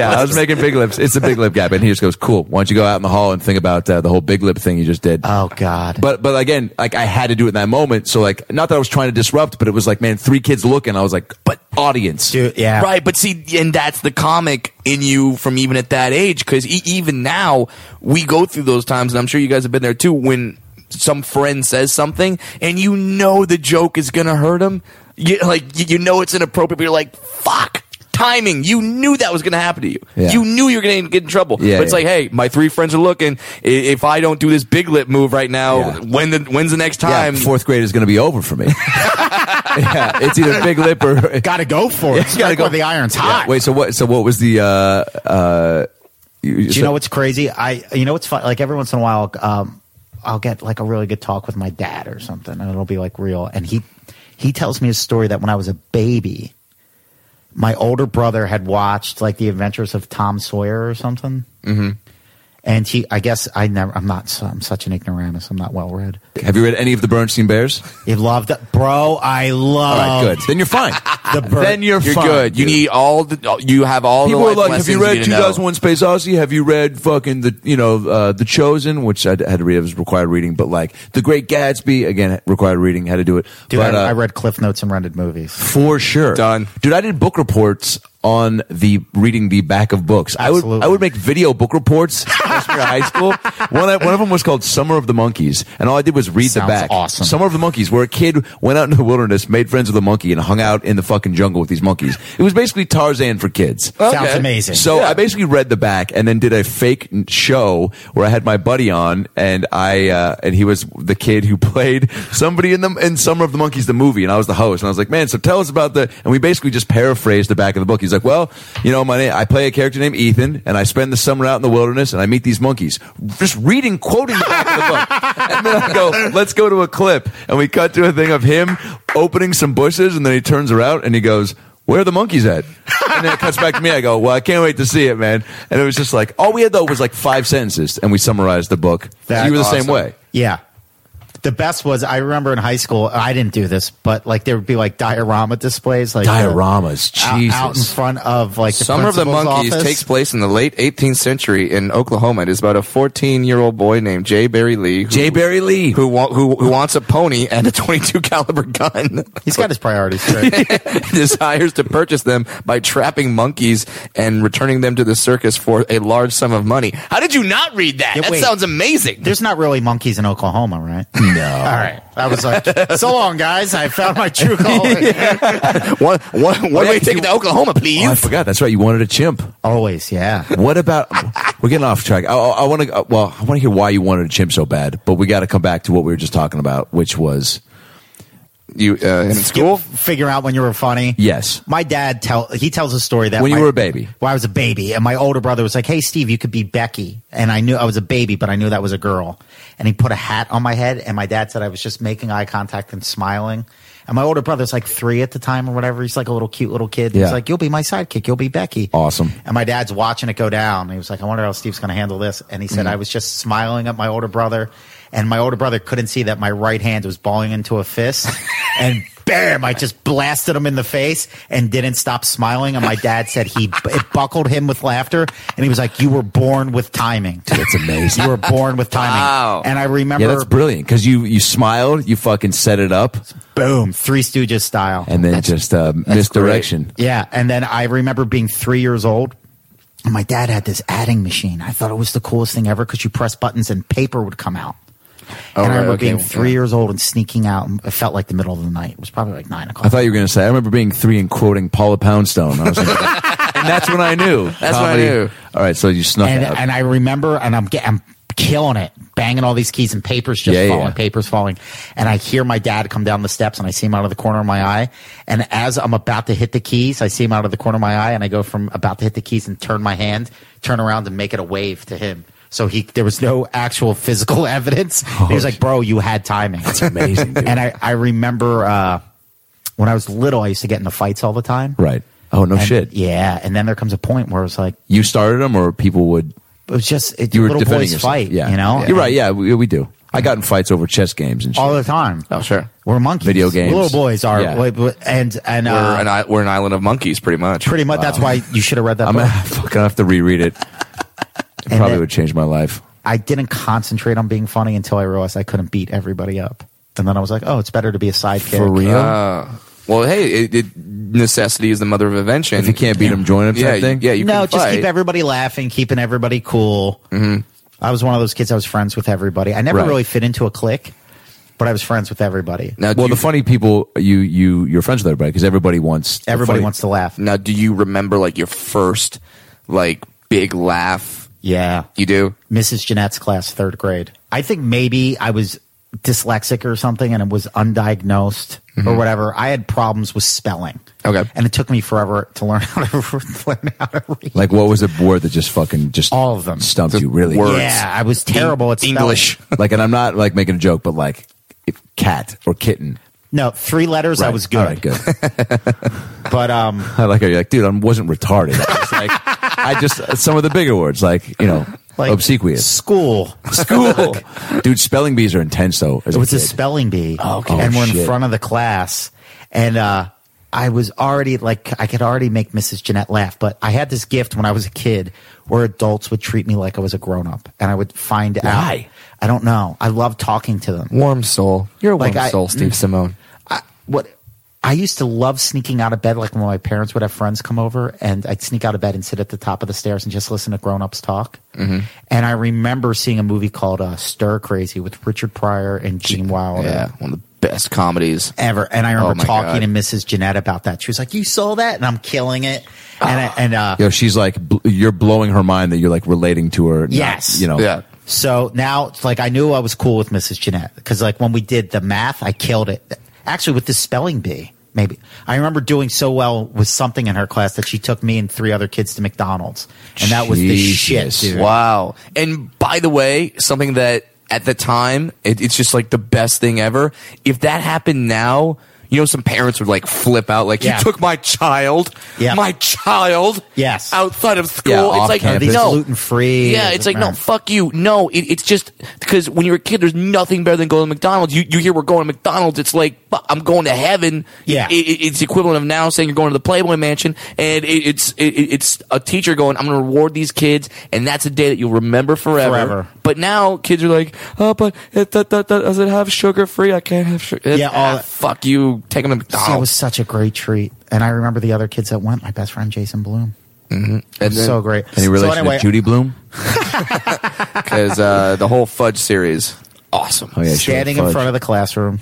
I was making big lips. It's a big lip gap, and he just goes, "Cool. Why don't you go out in the hall and think about uh, the whole big lip thing you just did?"
Oh God.
But but again, like I had to do it in that moment. So like, not that I was trying to disrupt, but it was like, man, three kids looking. I was like, but audience.
Dude, yeah.
Right, but see, and that's the comic in you from even at that age, because e- even now we go through those times, and I'm sure you guys have been there too. When some friend says something, and you know the joke is gonna hurt him, you, like you, you know it's inappropriate, but you're like, "Fuck, timing. You knew that was going to happen to you.
Yeah.
You knew you were going to get in trouble.
Yeah,
but it's
yeah.
like, hey, my three friends are looking. I- If I don't do this big lip move right now,
Yeah.
when the when's the next
Yeah,
time?
fourth grade is going to be over for me. yeah, it's either big lip or
Got to go for it.
Yeah, you gotta
Strike
go.
while the iron's hot.
Wait, so what? So what was the? uh uh you,
Do you know what's crazy? I you know what's fun? Like every once in a while, um, I'll get like a really good talk with my dad or something, and it'll be like real. And he he tells me a story that when I was a baby, my older brother had watched like The Adventures of Tom Sawyer or something. Mm-hmm. And he, I guess I never. I'm not. I'm such an ignoramus. I'm not well read.
Have you read any of the Bernstein Bears?
He loved, bro. I
All right,
love
good. Then you're fine.
Um, the bird.
then you're,
You're
fine,
good. You
dude.
need all the. You have all
People
the
are
life
like,
lessons
have you read
need to know."
2001 Space Odyssey? Have you read fucking the, you know, uh, The Chosen, which I had to read, it was required reading, but like The Great Gatsby, again, required reading, had to do it.
Dude,
but,
I,
uh,
I read Cliff Notes and rented movies.
For sure.
Done.
Dude, I did book reports on the reading the back of books. I would
Absolutely.
I would make video book reports freshman year of high school. One of- one of them was called Summer of the Monkeys, and all I did was read
Sounds
the back.
awesome.
Summer of the Monkeys, where a kid went out into the wilderness, made friends with a monkey, and hung out in the fucking jungle with these monkeys. It was basically Tarzan for kids.
Sounds amazing.
So I basically read the back and then did a fake n- show where I had my buddy on and I uh, and he was the kid who played somebody in the in Summer of the Monkeys the movie and I was the host and I was like, man, so tell us about the and we basically just paraphrased the back of the book. He's like, well, you know, my name, I play a character named Ethan and I spend the summer out in the wilderness and I meet these monkeys. Just reading, quoting the back of the book, and then I go, let's go to a clip and we cut to a thing of him opening some bushes and then he turns around and he goes. Where are the monkeys at? And then it cuts back to me. I go, well, I can't wait to see it, man. And it was just like, all we had though was like five sentences, and we summarized the book.
That's
you were the same
awesome.
way.
Yeah. The best was I remember in high school. I didn't do this, but like there would be like diorama displays, like uh,
Dioramas,
out,
Jesus.
out in front of like the
Summer of the
principal's
Monkeys
office.
takes place in the late 18th century in Oklahoma. It is about a 14 year old boy named Jay Barry Lee. Who,
Jay Barry Lee.
Who, wa- who, who wants a pony and a 22 caliber gun.
He's got his priorities straight.
desires to purchase them by trapping monkeys and returning them to the circus for a large sum of money. How did you not read that?
Yeah,
that
wait.
sounds amazing.
There's not really monkeys in Oklahoma, right? No. All right. I was like, so long, guys. I found my true calling.
One, one, one
Oh, yeah,
way
if
ticket
you-
to Oklahoma, please.
Oh, I forgot. That's right. You wanted a chimp.
Always, yeah.
What about? We're getting off track. I, want to. Well, I want to hear why you wanted a chimp so bad, but we got to come back to what we were just talking about, which was
you uh, in school?
Figure out when you were funny.
yes.
My dad tell he tells a story that
When you
my-
were a baby.
When I was a baby, and my older brother was like, "Hey, Steve, you could be Becky," and I knew I was a baby, but I knew that was a girl. And he put a hat on my head, and my dad said I was just making eye contact and smiling. And my older brother's like three at the time or whatever. He's like a little cute little kid.
Yeah.
He's like, "You'll be my sidekick. You'll be Becky."
Awesome.
And my dad's watching it go down. He was like, I wonder how Steve's going to handle this. And he
Mm-hmm.
said, I was just smiling at my older brother. And my older brother couldn't see that my right hand was balling into a fist. and bam, I just blasted him in the face and didn't stop smiling. And my dad said he it buckled him with laughter. And he was like, You were born with timing.
That's amazing.
You were born with timing.
Wow.
And I
yeah,
remember,
that's brilliant because you you smiled, you fucking set it up,
boom, Three Stooges style.
and then just uh, misdirection.
Yeah, and then I remember being three years old. And my dad had this adding machine. I thought it was the coolest thing ever because you press buttons and paper would come out.
Oh,
and I
right,
remember
okay,
being three
yeah.
years old and sneaking out. and It felt like the middle of the night. It was probably like nine o'clock.
I thought you were going to say. I remember being three and quoting Paula Poundstone. I was like, and that's when I knew.
That's when I knew.
All right, so you snuck
and,
out.
and I remember, and I'm getting, I'm killing it, banging all these keys and papers just
Yeah,
falling,
yeah.
papers falling. And I hear my dad come down the steps and I see him out of the corner of my eye. And as I'm about to hit the keys, I see him out of the corner of my eye and I go from about to hit the keys and turn my hand, turn around and make it a wave to him. So he, there was no actual physical evidence. he was like, bro, you had timing. That's
Oh. amazing, dude.
And I, I remember, uh, when I was little, I used to get into fights all the time.
right. Oh no
And-
shit.
Yeah. And then there comes a point where it's like,
You started them, or people would.
it was just it,
You were
little
defending
boys
yourself.
fight.
Yeah,
you know.
You're right. Yeah, we, we do. I got in fights over chess games and shit.
all the time.
Oh, sure.
We're monkeys.
Uh, Video games.
Little boys are,
Yeah.
like, and and
We're,
uh,
an, i- we're an island of monkeys, pretty much.
pretty much that's why you should have read that
I'm
book.
gonna fucking have to reread it. It
And
probably
then-
would change my life.
I didn't concentrate on being funny until I realized I couldn't beat everybody up, and then I was like, oh, it's better to be a sidekick. Uh,
For real.
Well, hey, it, it, necessity is the mother of invention.
if you can't beat them, join them.
yeah,
type thing.
yeah, you
no,
can
just
fight.
keep everybody laughing, keeping everybody cool. I was one of those kids. I was friends with everybody. I never
Mm-hmm. Right.
really fit into a clique, but but I was friends with everybody.
Now, do
well,
you,
the funny people, you you you're friends with everybody because everybody wants the
Everybody
funny-
wants to laugh.
Now, do you remember like your first like big laugh?
Yeah.
You do.
Mrs. Jeanette's class, third grade. I think maybe I was dyslexic or something and it was undiagnosed
Mm-hmm.
or whatever. I had problems with spelling.
Okay.
And it took me forever to learn how to, learn how to read.
Like, what was the word that just fucking just
All of them.
stumped
The
you really?
word.
yeah, I was terrible at spelling.
English.
like, and I'm not like making a joke, but like if cat or kitten.
No, three letters I
Right.
was
All
good.
right, good.
But um
I like how you're like, dude, I wasn't retarded. I just like, I just some of the bigger words, like you know,
like
obsequious,
school.
school, dude. Spelling bees are intense though. As
It was
a
a
kid.
spelling bee.
Okay.
And
Oh,
we're in
shit.
front of the class. And uh, I was already like, I could already make Mrs. Jeanette laugh, but I had this gift when I was a kid where adults would treat me like I was a grown up. And I would find
Why?
out. I don't know. I love talking to them.
Warm soul. You're a warm
Like, I-
soul, Steve Simone.
What? I used to love sneaking out of bed, like when my parents would have friends come over, and I'd sneak out of bed and sit at the top of the stairs and just listen to grown ups talk.
Mm-hmm.
And I remember seeing a movie called uh, Stir Crazy with Richard Pryor and Gene Wilder.
Yeah, one of the best comedies.
ever. And I
Oh,
remember
my
talking
God.
to Mrs. Jeanette about that. She was like, "You saw that?" And I'm killing it. And
Ah.
I, and uh,
Yo, she's like, bl- you're blowing her mind that you're like relating to her. not,
Yes.
you know,
Yeah.
so now it's like I knew I was cool with Mrs. Jeanette because like when we did the math, I killed it. Actually, with the spelling bee, maybe I remember doing so well with something in her class that she took me and three other kids to McDonald's, and that was the shit,
Jesus.
dude.
Wow. And by the way, something that at the time, it, it's just like the best thing ever. If that happened now, you know, some parents would like flip out, like,
Yeah.
you took my child,
Yeah.
my child,
Yes.
outside of school.
Yeah,
it's
off
like,
Are
campus.
Uh, these
no.
gluten free?
Yeah, it's like, no, fuck you. No, it, it's just because when you're a kid, there's nothing better than going to McDonald's. You, you hear we're going to McDonald's. It's like, fu- I'm going to heaven.
Yeah.
It, it- it's equivalent of now saying you're going to the Playboy Mansion. And it, it's it, it's a teacher going, I'm going to reward these kids. And that's a day that you'll remember forever.
Forever.
But now kids are like, oh, but it, that, that, that doesn't have sugar free. I can't have sugar.
Yeah, all
Ah,
that-
fuck you. Take them to
So it was
McDonald's.
such a great treat, and I remember the other kids that went. My best friend Jason Bloom,
and
so great.
any
so
relation
anyway,
to Judy Bloom?
Because uh, the whole fudge series, awesome.
Oh yeah, sure,
standing in
fudge.
front of the classroom.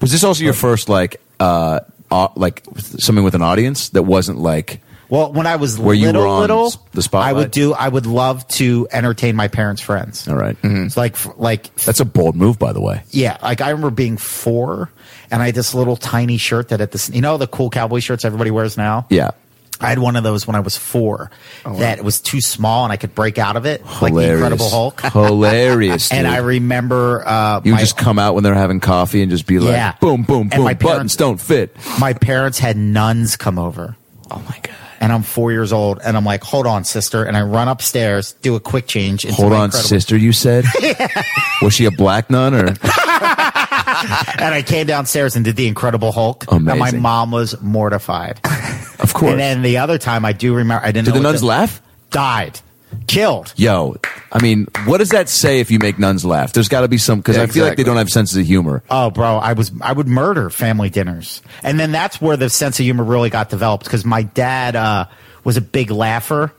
Was this also your first like, uh, au- like something with an audience that wasn't like?
Well, when I was
Where you
little,
were on
little,
s- the spotlight?
I would do. I would love to entertain my parents' friends.
All right.
It's like, f- like, f-
that's a bold move, by the way.
yeah. Like I remember being four, and I had this little tiny shirt that at this, you know, the cool cowboy shirts everybody wears now.
Yeah,
I had one of those when I was four. that was too small, and I could break out of it like the
hilarious.
Incredible Hulk.
hilarious.
and
dude.
I remember uh,
You
my,
just come out when they're having coffee and just be like,
Yeah.
boom, boom,
And
boom.
my parents-
buttons don't fit.
my parents had nuns come over.
Oh my God.
And I'm four years old, and I'm like, "Hold on, sister!" And I run upstairs, do a quick change. into
Hold
my
on,
Incredible-
sister. You said was she a black nun or
and I came downstairs and did the Incredible Hulk. And my
Amazing.
mom was mortified.
of course?
and then the other time, I do remember. I didn't.
Did
know
the
what
nuns laugh?
Died, killed.
Yo, I mean, what does that say if you make nuns laugh? There's got to be some because
Yeah,
I feel like
exactly.
they don't have senses of humor.
Oh, bro, I was I would murder family dinners, and then that's where the sense of humor really got developed because my dad uh, was a big laugher,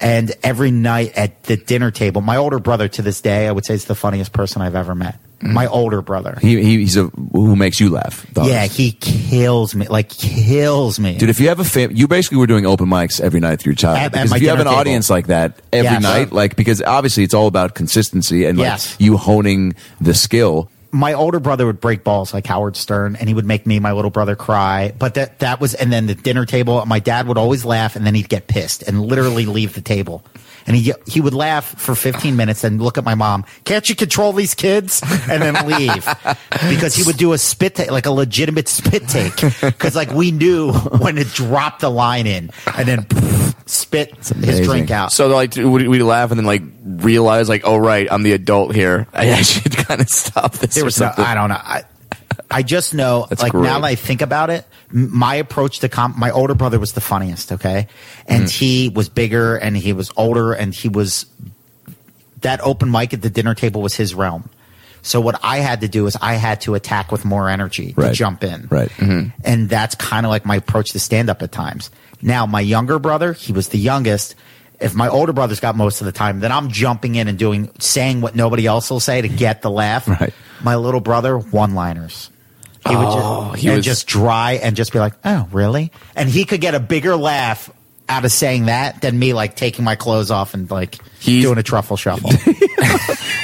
and every night at the dinner table, my older brother to this day, I would say is the funniest person I've ever met. My older brother,
Mm. He, he he's a who makes you laugh. the
yeah,
hardest.
he kills me, like kills me,
Dude, if you have a fam, you basically were doing open mics every night through your childhood.
At- at
because
my
if you have an
dinner table.
audience like that every
Yes.
night, like because obviously it's all about consistency and like
Yes.
you honing the skill.
my older brother would break balls like Howard Stern, and he would make me, my little brother, cry. But that that was, and then the dinner table, my dad would always laugh, and then he'd get pissed and literally leave the table. And he he would laugh for 15 minutes and look at my mom. Can't you control these kids? And then leave because he would do a spit take, like a legitimate spit take, because like we knew when to drop the line in and then spit his
amazing.
drink out.
So like we, we laugh and then like realize like oh right I'm the adult here I, I should kind of stop this
there
or
was no,
something.
I don't know. I, I just know,
That's
like
great.
now that I think about it, m- my approach to comp, my older brother was the funniest, okay? And he was bigger and he was older and he was, that open mic at the dinner table was his realm. So what I had to do is I had to attack with more energy to
Right.
jump in.
Right.
Hmm.
And that's kind of like my approach to stand up at times. Now, my younger brother, he was the youngest. if my older brother's got most of the time, then I'm jumping in and doing saying what nobody else will say to get the laugh.
Right.
My little brother one liners. He would
Oh,
just,
he
and
was-
just dry and just be like, "Oh, really?" And he could get a bigger laugh out of saying that than me like taking my clothes off and like
He's-
doing a truffle shuffle.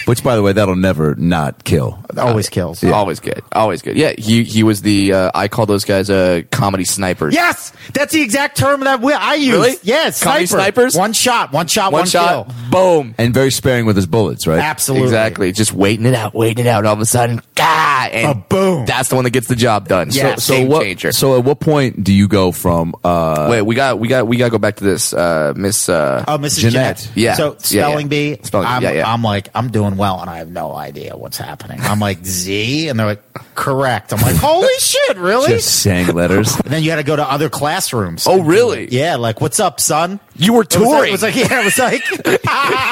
Which, by the way, that'll never not kill.
Always kills.
Always good. Always good. Yeah, he he was the uh, I call those guys uh, comedy snipers.
Yes, that's the exact term that we, I use.
Really?
Yes,
Comedy snipers?
One shot, one shot,
one,
one,
shot,
kill.
boom.
And very sparing with his bullets, right?
Absolutely.
Exactly. Just waiting it out, waiting it out. All of a sudden, ah, and
A boom.
That's the one that gets the job done.
Yeah,
so, so game
what,
changer.
So, at what point do you go from uh,
Wait, we got we got we got to go back to this uh, Miss. Uh,
Oh, Mrs.
Jeanette.
Jeanette.
Yeah, yeah,
So
yeah.
spelling bee.
Spelling bee,
I'm,
yeah, yeah.
I'm like, I'm doing well, and I have no idea what's happening. I'm like Z, and they're like, correct. I'm like, holy shit, really?
just saying letters?
and then you had to go to other classrooms.
oh, really?
Yeah, like what's up, son?
You were
It was like-
touring.
It was like, yeah, it was like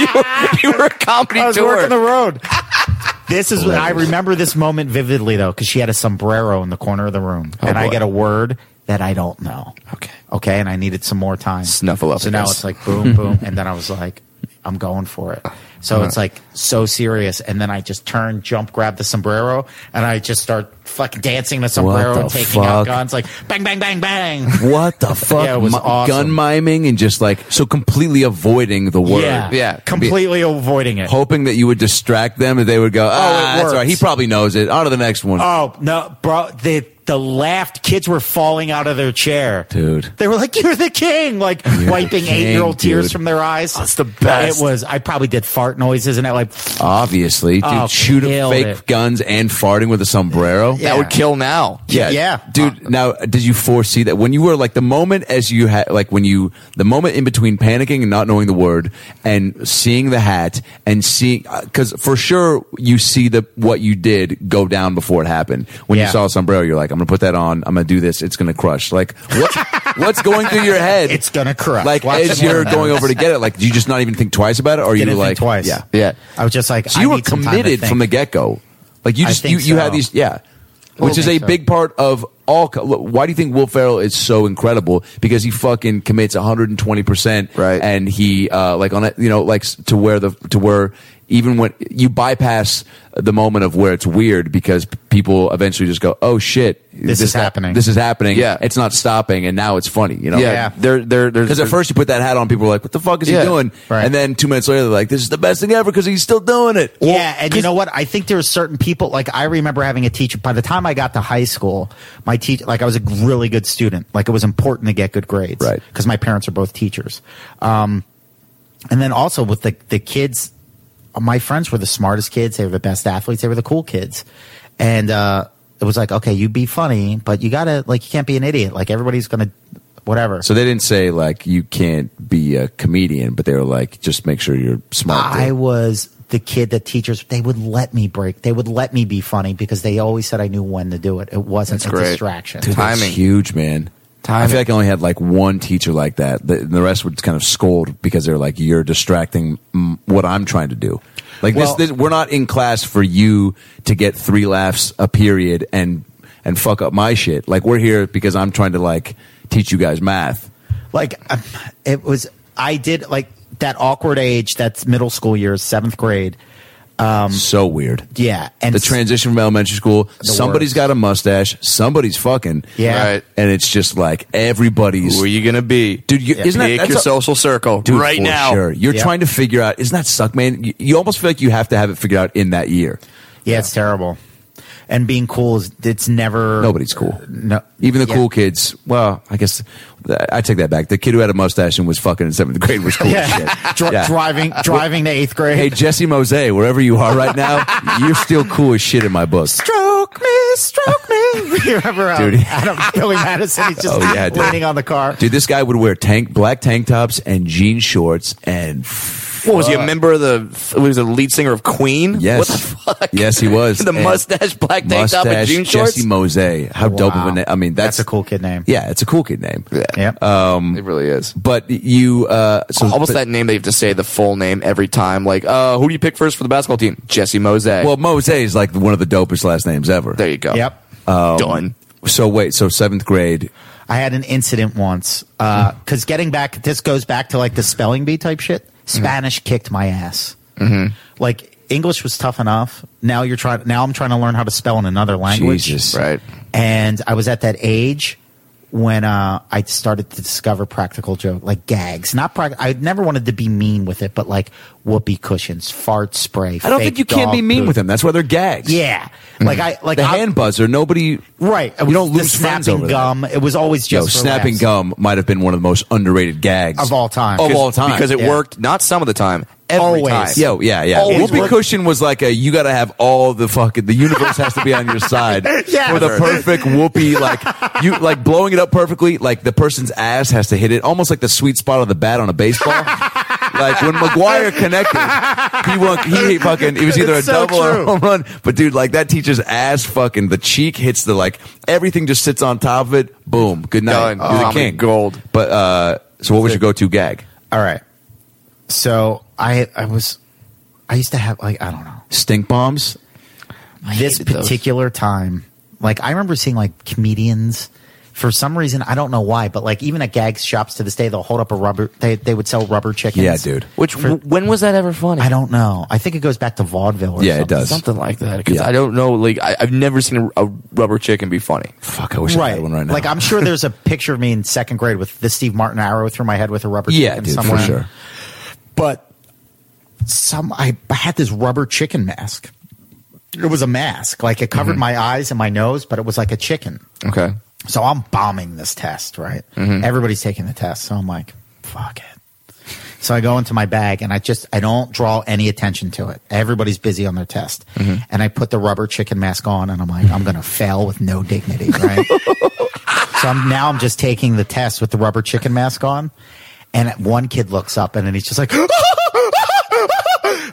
you were a comedy
I was
tour.
working the road. This is I remember this moment vividly though, because she had a sombrero in the corner of the room, and I
Oh, boy.
get a word that I don't know.
Okay.
okay, and I needed some more time.
Snuffleupagus.
So now it's like boom, boom, and then I was like, I'm going for it. So it's
Uh-huh.
like so serious, and then I just turn, jump, grab the sombrero, and I just start fucking dancing the sombrero
the
and taking
fuck?
out guns, like bang, bang, bang, bang.
What the fuck?
Yeah, it was
Mi-
awesome.
Gun miming and just like so completely avoiding the word.
Yeah,
Yeah.
completely avoiding it.
Hoping that you would distract them and they would
Oh,
go, ah, that's
worked.
right. He probably knows it. On to the next one.
Oh no, bro! The the laughed kids were falling out of their chair,
Dude.
They were like, "You're the king!" Like
the
wiping
king,
eight year old tears
dude.
from their eyes.
That's the best.
It was. I probably did fart noises and that, like,
Obviously. Dude,
Oh,
shoot
killed
fake
it.
guns and farting with a sombrero.
That would kill now.
Yeah.
Yeah. Uh,
Dude, now did you foresee that when you were like the moment as you had like when you the moment in between panicking and not knowing the word and seeing the hat and seeing cuz for sure you see the what you did go down before it happened. When you
Yeah.
saw a sombrero you're like I'm going to put that on. I'm going to do this. It's going to crush. Like what's what's going through your head?
it's gonna crush.
like
Watch
as
the
you're
words.
going over to get it like do you just not even think twice about it or
Didn't
you
think
like
twice.
yeah.
Yeah.
I was just like,
So
I
you were
need some time to
committed
think.
from the get go. Like you
I
just
think
you, you
so.
had these yeah, which is
think
a
so.
big part of all. co- look, Why do you think Will Ferrell is so incredible? Because he fucking commits 120 percent,
Right.
And he uh, like on it, you know, like s- to where the to where even when you bypass the moment of where it's weird because p- people eventually just go, oh shit,
This is happening.
This is happening.
Yeah.
it's not stopping, and now it's funny. You know,
Yeah. There, there, there's
because at first you put that hat on, people were like, "What the fuck is
Yeah.
he doing?"
Right.
And then two minutes later, they're like, "This is the best thing ever" because he's still doing it.
yeah, and you know what? I think there are certain people. Like I remember having a teacher. By the time I got to high school, my teacher, like I was a really good student. Like it was important to get good grades,
Right.
Because my parents are both teachers. Um, and then also with the the kids, my friends were the smartest kids. They were the best athletes. They were the cool kids, and uh, it was like, okay, you be funny, but you gotta like you can't be an idiot. Like everybody's gonna whatever.
So they didn't say like you can't be a comedian, but they were like, "Just make sure you're smart."
I
dude."
was the kid that teachers they would let me break. They would let me be funny because they always said I knew when to do it. It wasn't
That's
a
great.
distraction.
Dude, that's
Timing.
huge, man. I
Timing.
feel like I only had like one teacher like that. The, the rest would kind of scold because they're like, "You're distracting mm, what I'm trying to do." Like
Well-
this, this, we're not in class for you to get three laughs a period and and fuck up my shit. Like we're here because I'm trying to like teach you guys math.
Like um, it was. I did like that awkward age. That's middle school years, seventh grade.
Hmm.
so weird.
Yeah, and
The
s-
transition from elementary school,
The
somebody's
worst.
got a mustache, somebody's fucking.
Yeah.
Right.
And it's just like everybody's.
who are you gonna be,
Dude, you- isn't that-
pick
that's
your
a-
social circle
Dude,
right
for
now?
Sure. You're
Yeah.
trying to figure out, isn't that suck, man? You, you almost feel like you have to have it figured out in that year.
Yeah, it's terrible. And being cool is it's never
Nobody's cool.
No,
Even the
yeah.
cool kids. Well, I guess I take that back. The kid who had a mustache and was fucking in seventh grade was cool as
Yeah.
shit.
Dri-
Yeah.
driving driving to eighth grade.
Hey, Jesse Mose, wherever you are right now, you're still cool as shit in my book.
stroke me, stroke me. you remember um,
Dude.
Adam Billy Madison? He's just
Oh, yeah, dude.
leaning on the car.
Dude, this guy would wear tank black tank tops and jean shorts and
What was he a member of the? Was he the lead singer of Queen?
Yes.
What the fuck?
Yes, he was.
the
And
mustache, black tank top, and
mustache
jean shorts.
Jesse Mose. How dope of a
Wow.
name! I mean, that's,
That's a cool kid name.
Yeah, Uh, it's a cool kid name.
Yep.
it really is.
But you, uh, so
Almost
but-
that name they have to say the full name every time. Like, uh, who do you pick first for the basketball team? Jesse Mose.
Well, Mose is like one of the dopest last names ever.
there you go.
Yep.
Done.
So wait, so seventh grade.
I had an incident once
Hmm.
because getting back, this goes back to like the spelling bee type shit.
Mm-hmm.
Spanish kicked my ass. Mm-hmm. Like English was tough enough. Now you're trying. Now I'm trying to learn how to spell in another language.
Jesus.
Right.
And I was at that age when uh, I started to discover practical joke, like gags. Not prac- I never wanted to be mean with it, but like whoopee cushions, fart spray.
I don't think you can be mean with them. That's why they're gags.
Yeah. Like I like
The
I-
hand buzzer. Nobody.
Right.
You don't
The
lose friends
snapping
over that.
gum. It was always
Yo,
just for
snapping
laughs.
gum Oh, might have been one of the most underrated gags
Of all time.
Of
Because-
all time.
because it
Yeah.
worked not some of the time, every
Always.
time.
Yo, yeah, yeah.
Always
Whoopee
worked.
cushion was like a you got to have all the fucking the universe has to be on your side
Yes.
for the perfect whoopee. Like you like blowing it up perfectly. Like the person's ass has to hit it almost like the sweet spot of the bat on a baseball. like when McGuire connected, he won, he fucking it was either
It's
a
so
double or
true.
a home run. But dude, like that teacher's ass fucking the cheek hits the like everything just sits on top of it. Boom, good night.
Done. Oh
You're the
Comedy
king.
gold.
But uh, so what was your go-to gag?
All right. So I I was I used to have like I don't know
Stink bombs.
this
hated those.
particular time. Like I remember seeing like comedians for some reason I don't know why, but like even at gag shops to this day they'll hold up a rubber they they would sell rubber chickens.
Yeah, dude.
Which when was that ever funny?
I don't know. I think it goes back to vaudeville. Or
Yeah, it
something.
does.
something like that because
Yeah.
I don't know. Like I, I've never seen a, a rubber chicken be funny.
Fuck, I wish I
Right.
had one right now.
Like I'm sure there's a picture of me in second grade with the Steve Martin arrow through my head with a rubber
yeah,
chicken
dude,
somewhere.
for sure.
but some I, I had this rubber chicken mask. It was a mask, like it covered my eyes and my nose, but it was like a chicken.
Okay,
So I'm bombing this test, right? Everybody's taking the test, so I'm like, fuck it. So I go into my bag and I just I don't draw any attention to it. Everybody's busy on their test, and I put the rubber chicken mask on, and I'm like, I'm gonna fail with no dignity, right? so I'm now I'm just taking the test with the rubber chicken mask on, and one kid looks up and then he's just like.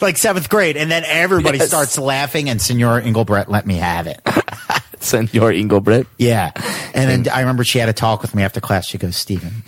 Like seventh grade, and then everybody
Yes.
starts laughing, and Senora Engelbrett let me have it.
Senor Engelbrecht.
Yeah. And then I remember she had a talk with me after class. She goes, Steven,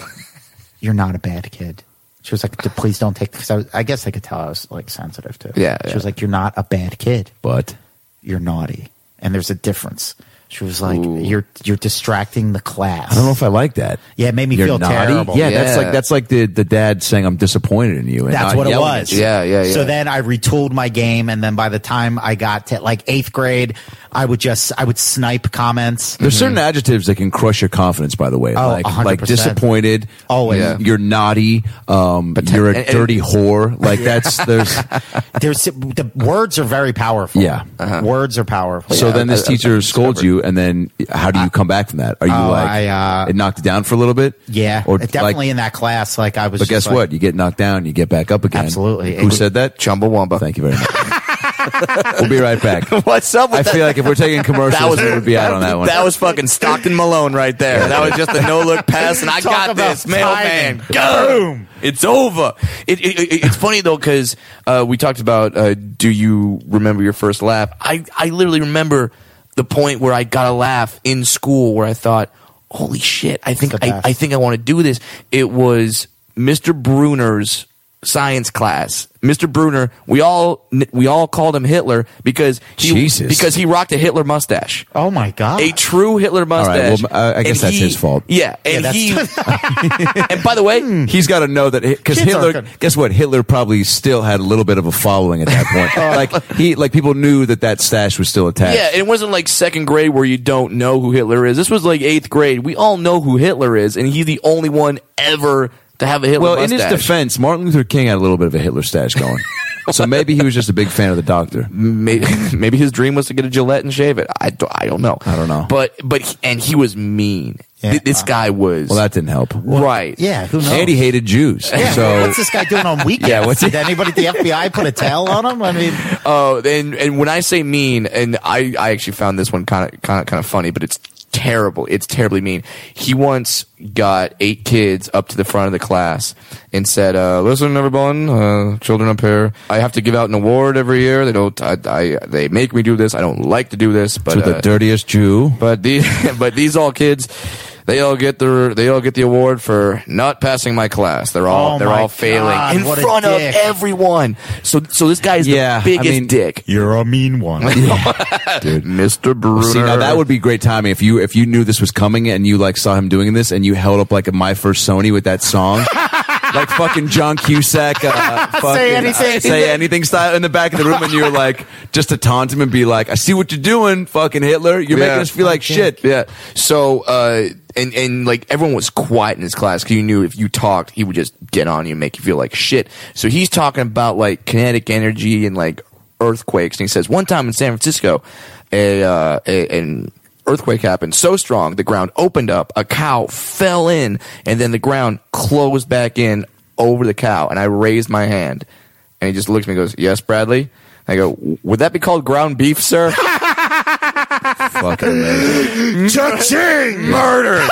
you're not a bad kid. She was like, "D- please don't take, because I, was- I guess I could tell I was like sensitive to it.
Yeah,
She
yeah.
was like, you're not a bad kid.
But
You're naughty. And there's a difference. She was like, you're you're distracting the class.
I don't know if I like that.
Yeah, it made me
You're
feel terrible.
Yeah, that's
Yeah.
like that's like the the dad saying I'm disappointed in you. And
That's
not
what it
yelling
was.
at you.
Yeah, yeah, yeah.
So then I retooled my game, and then by the time I got to like eighth grade, I would just I would snipe comments.
There's certain adjectives that can crush your confidence. By the way,
Mm-hmm. Oh,
like
100%.
like disappointed.
Always.
Yeah.
you're naughty. Um, you're a
and- and-
dirty whore. Like that's there's.
There's the words are very powerful.
Yeah.
words are powerful.
So
Yeah,
then this
I- I-
teacher
I've
scolds you, and then how do you come back from that? Are you
Oh,
like
I, uh,
it knocked it down for a little bit?
Yeah,
or
definitely
Like,
in that class. Like I was.
but
just
guess
like-
what? You get knocked down, you get back up again.
Absolutely.
Who
It-
said that?
Chumbawamba.
Thank you very much. we'll be right back.
What's up with
I
that?
feel like if we're taking commercials,
that was
we would be out on that one.
That was fucking Stockton Malone right there. That was just a no look pass, and I
Talk
got
about
this oh, mailman.
timing.
Boom! It's over. It, it, it- it's funny though because uh, we talked about uh, do you remember your first laugh? I I literally remember the point where I got a laugh in school where I thought, "Holy shit! I think
the
I,
best.
I think I want to do this." It was Mr. Bruner's science class. Mr. Bruner, we all we all called him Hitler because he
Jesus.
because he rocked a Hitler mustache
Oh my god!
a true Hitler mustache.
well, I- I guess
And
that's
he-
his fault.
Yeah, and
that's- Hmm.
he. and by the way,
He's got to know that because
Kids aren't
Hitler.
good.
Guess what? Hitler probably still had a little bit of a following at that point. like he, like people knew that that stash was still attached.
Oh. yeah, it wasn't like second grade where you don't know who Hitler is. This was like eighth grade. We all know who Hitler is, and he's the only one ever to have a Hitler
well, in
mustache.
his defense, Martin Luther King had a little bit of a Hitler stash going. so maybe he was just a big fan of the doctor.
maybe, maybe his dream was to get a Gillette and shave it. I, do- I don't know.
I don't know.
But but he- and he was mean.
Yeah.
Th- this guy was
Well, that didn't help.
right.
yeah, who knows?
And he hated Jews.
yeah,
So
what's this guy doing on weekends?
Yeah, what's he-
Did anybody at the FBI put a tail on him? I mean,
Oh, and and when I say mean, and I I actually found this one kind of kind of kind of funny, but it's terrible. It's terribly mean. He once got eight kids up to the front of the class and said, uh, "Listen, everyone, uh, children up here, I have to give out an award every year. They don't. I, I they make me do this. I don't like to do this, but
to
uh,
the dirtiest Jew.
but these but these all kids They all get their they all get the award for not passing my class. They're all
Oh
they're
my
all failing
God,
in
what a
front of
dick.
everyone. So so this guy is
Yeah, I
the biggest
mean-
dick.
You're a mean one.
Mr. Bruner.
See, now that would be great timing if you if you knew this was coming and you like saw him doing this and you held up like a My First Sony with that song. Like fucking John Cusack, uh, fucking,
anything.
uh, say anything style in the back of the room, and you're like just to taunt him and be like, "I see what you're doing, fucking Hitler. You're
Yeah.
making us feel like shit."
Yeah. So uh and and like everyone was quiet in his class because you knew if you talked, he would just get on you and make you feel like shit. So he's talking about like kinetic energy and like earthquakes, and he says one time in San Francisco, a uh, a, an earthquake happened so strong the ground opened up, a cow fell in, and then the ground closed back in over the cow, and I raised my hand, and he just looks at me and goes, "Yes, Bradley." I go, "Would that be called ground beef, sir?"
Fucking amazing.
Cha-ching! Murdered!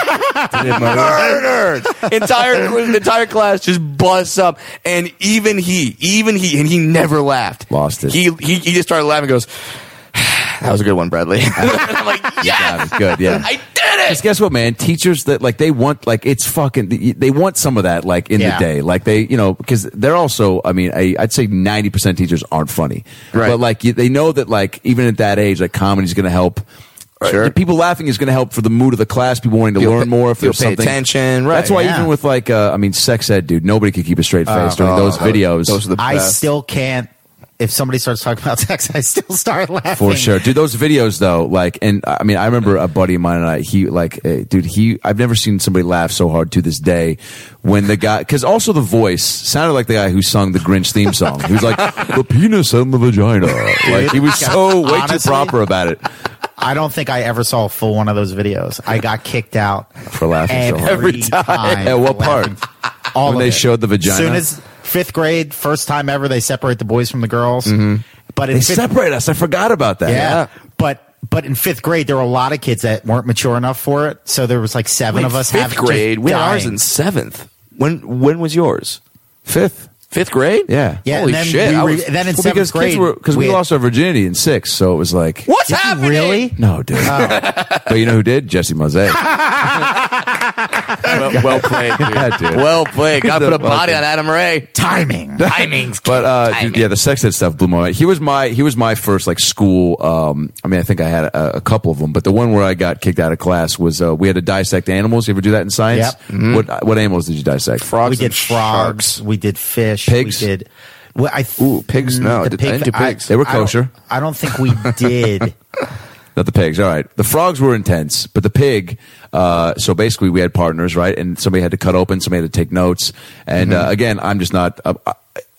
Murdered! entire entire class just busts up, and even he, even he, and he never laughed.
Lost it.
He he, he just started laughing. and Goes, that was a good one, Bradley. And I'm like,
Yeah,
yes,
it's good. Yeah,
I did
Because
it.
guess what, man? Teachers that like they want like it's fucking they want some of that like in
Yeah.
the day, like they you know because they're also I mean I, I'd say ninety percent teachers aren't funny,
Right.
But like you- they know that like even at that age, like comedy's going to help. Uh,
Sure.
The People laughing is going to help for the mood of the class. People wanting to
You'll
learn
pay-
more. If
you'll
there's
pay
something
attention, right,
That's why
yeah.
even with like uh, I mean, sex ed, dude, nobody could keep a straight face during Oh, those videos.
Uh, oh, Those are the
I
best.
still can't. If somebody starts talking about sex, I still start laughing.
For sure, dude. Those videos, though, like, and I mean, I remember a buddy of mine and I. He, like, eh, dude, he. I've never seen somebody laugh so hard to this day when the guy, because also the voice sounded like the guy who sung the Grinch theme song. He was like the penis and the vagina. Like he was so way too
Honestly?
proper about it.
I don't think I ever saw a full one of those videos. I got kicked out
For laughing so hard.
every time.
At what
for laughing. All
When
of
they
it.
showed the vagina?
Soon as fifth grade, first time ever, they separate the boys from the girls. But in
Mm-hmm. They
fifth,
separate us. I forgot about that.
yeah, But but in fifth grade, there were a lot of kids that weren't mature enough for it. So there was like seven
Wait,
of us. have
fifth
just
grade. We had ours
dying.
in seventh. When when was yours?
Fifth.
Fifth grade?
Yeah.
Yeah,
Holy
and then
shit,
We
I
were,
was-
then in
Well, because
seventh
kids
grade,
were because we
had-
lost our virginity in six, so it was like
What's
Did you
happening?
really?
No, dude.
Oh.
but you know who did? Jesse Mosaic.
Well, well played, dude.
Yeah, dude.
Well played. Got to put a body on Adam Ray.
timing.
Timings.
But uh,
Timing.
dude, yeah, the sex ed stuff blew my mind. He was my he was my first like school. Um, I mean, I think I had a, a couple of them, but the one where I got kicked out of class was uh, we had to dissect animals. You ever do that in science?
Yep.
What what animals did you dissect?
Mm-hmm. frogs
we did
and
frogs.
sharks.
We did fish.
Pigs?
We did. Well, I th-
Ooh, pigs, no.
the
Did- I didn't do pigs.
They were
I don't-
kosher.
I don't, think we did.
Not the pigs. All right. The frogs were intense, but the pig. Uh, so basically, we had partners, right? And somebody had to cut open, somebody had to take notes. And
Mm-hmm.
uh, again, I'm just not. Uh, I-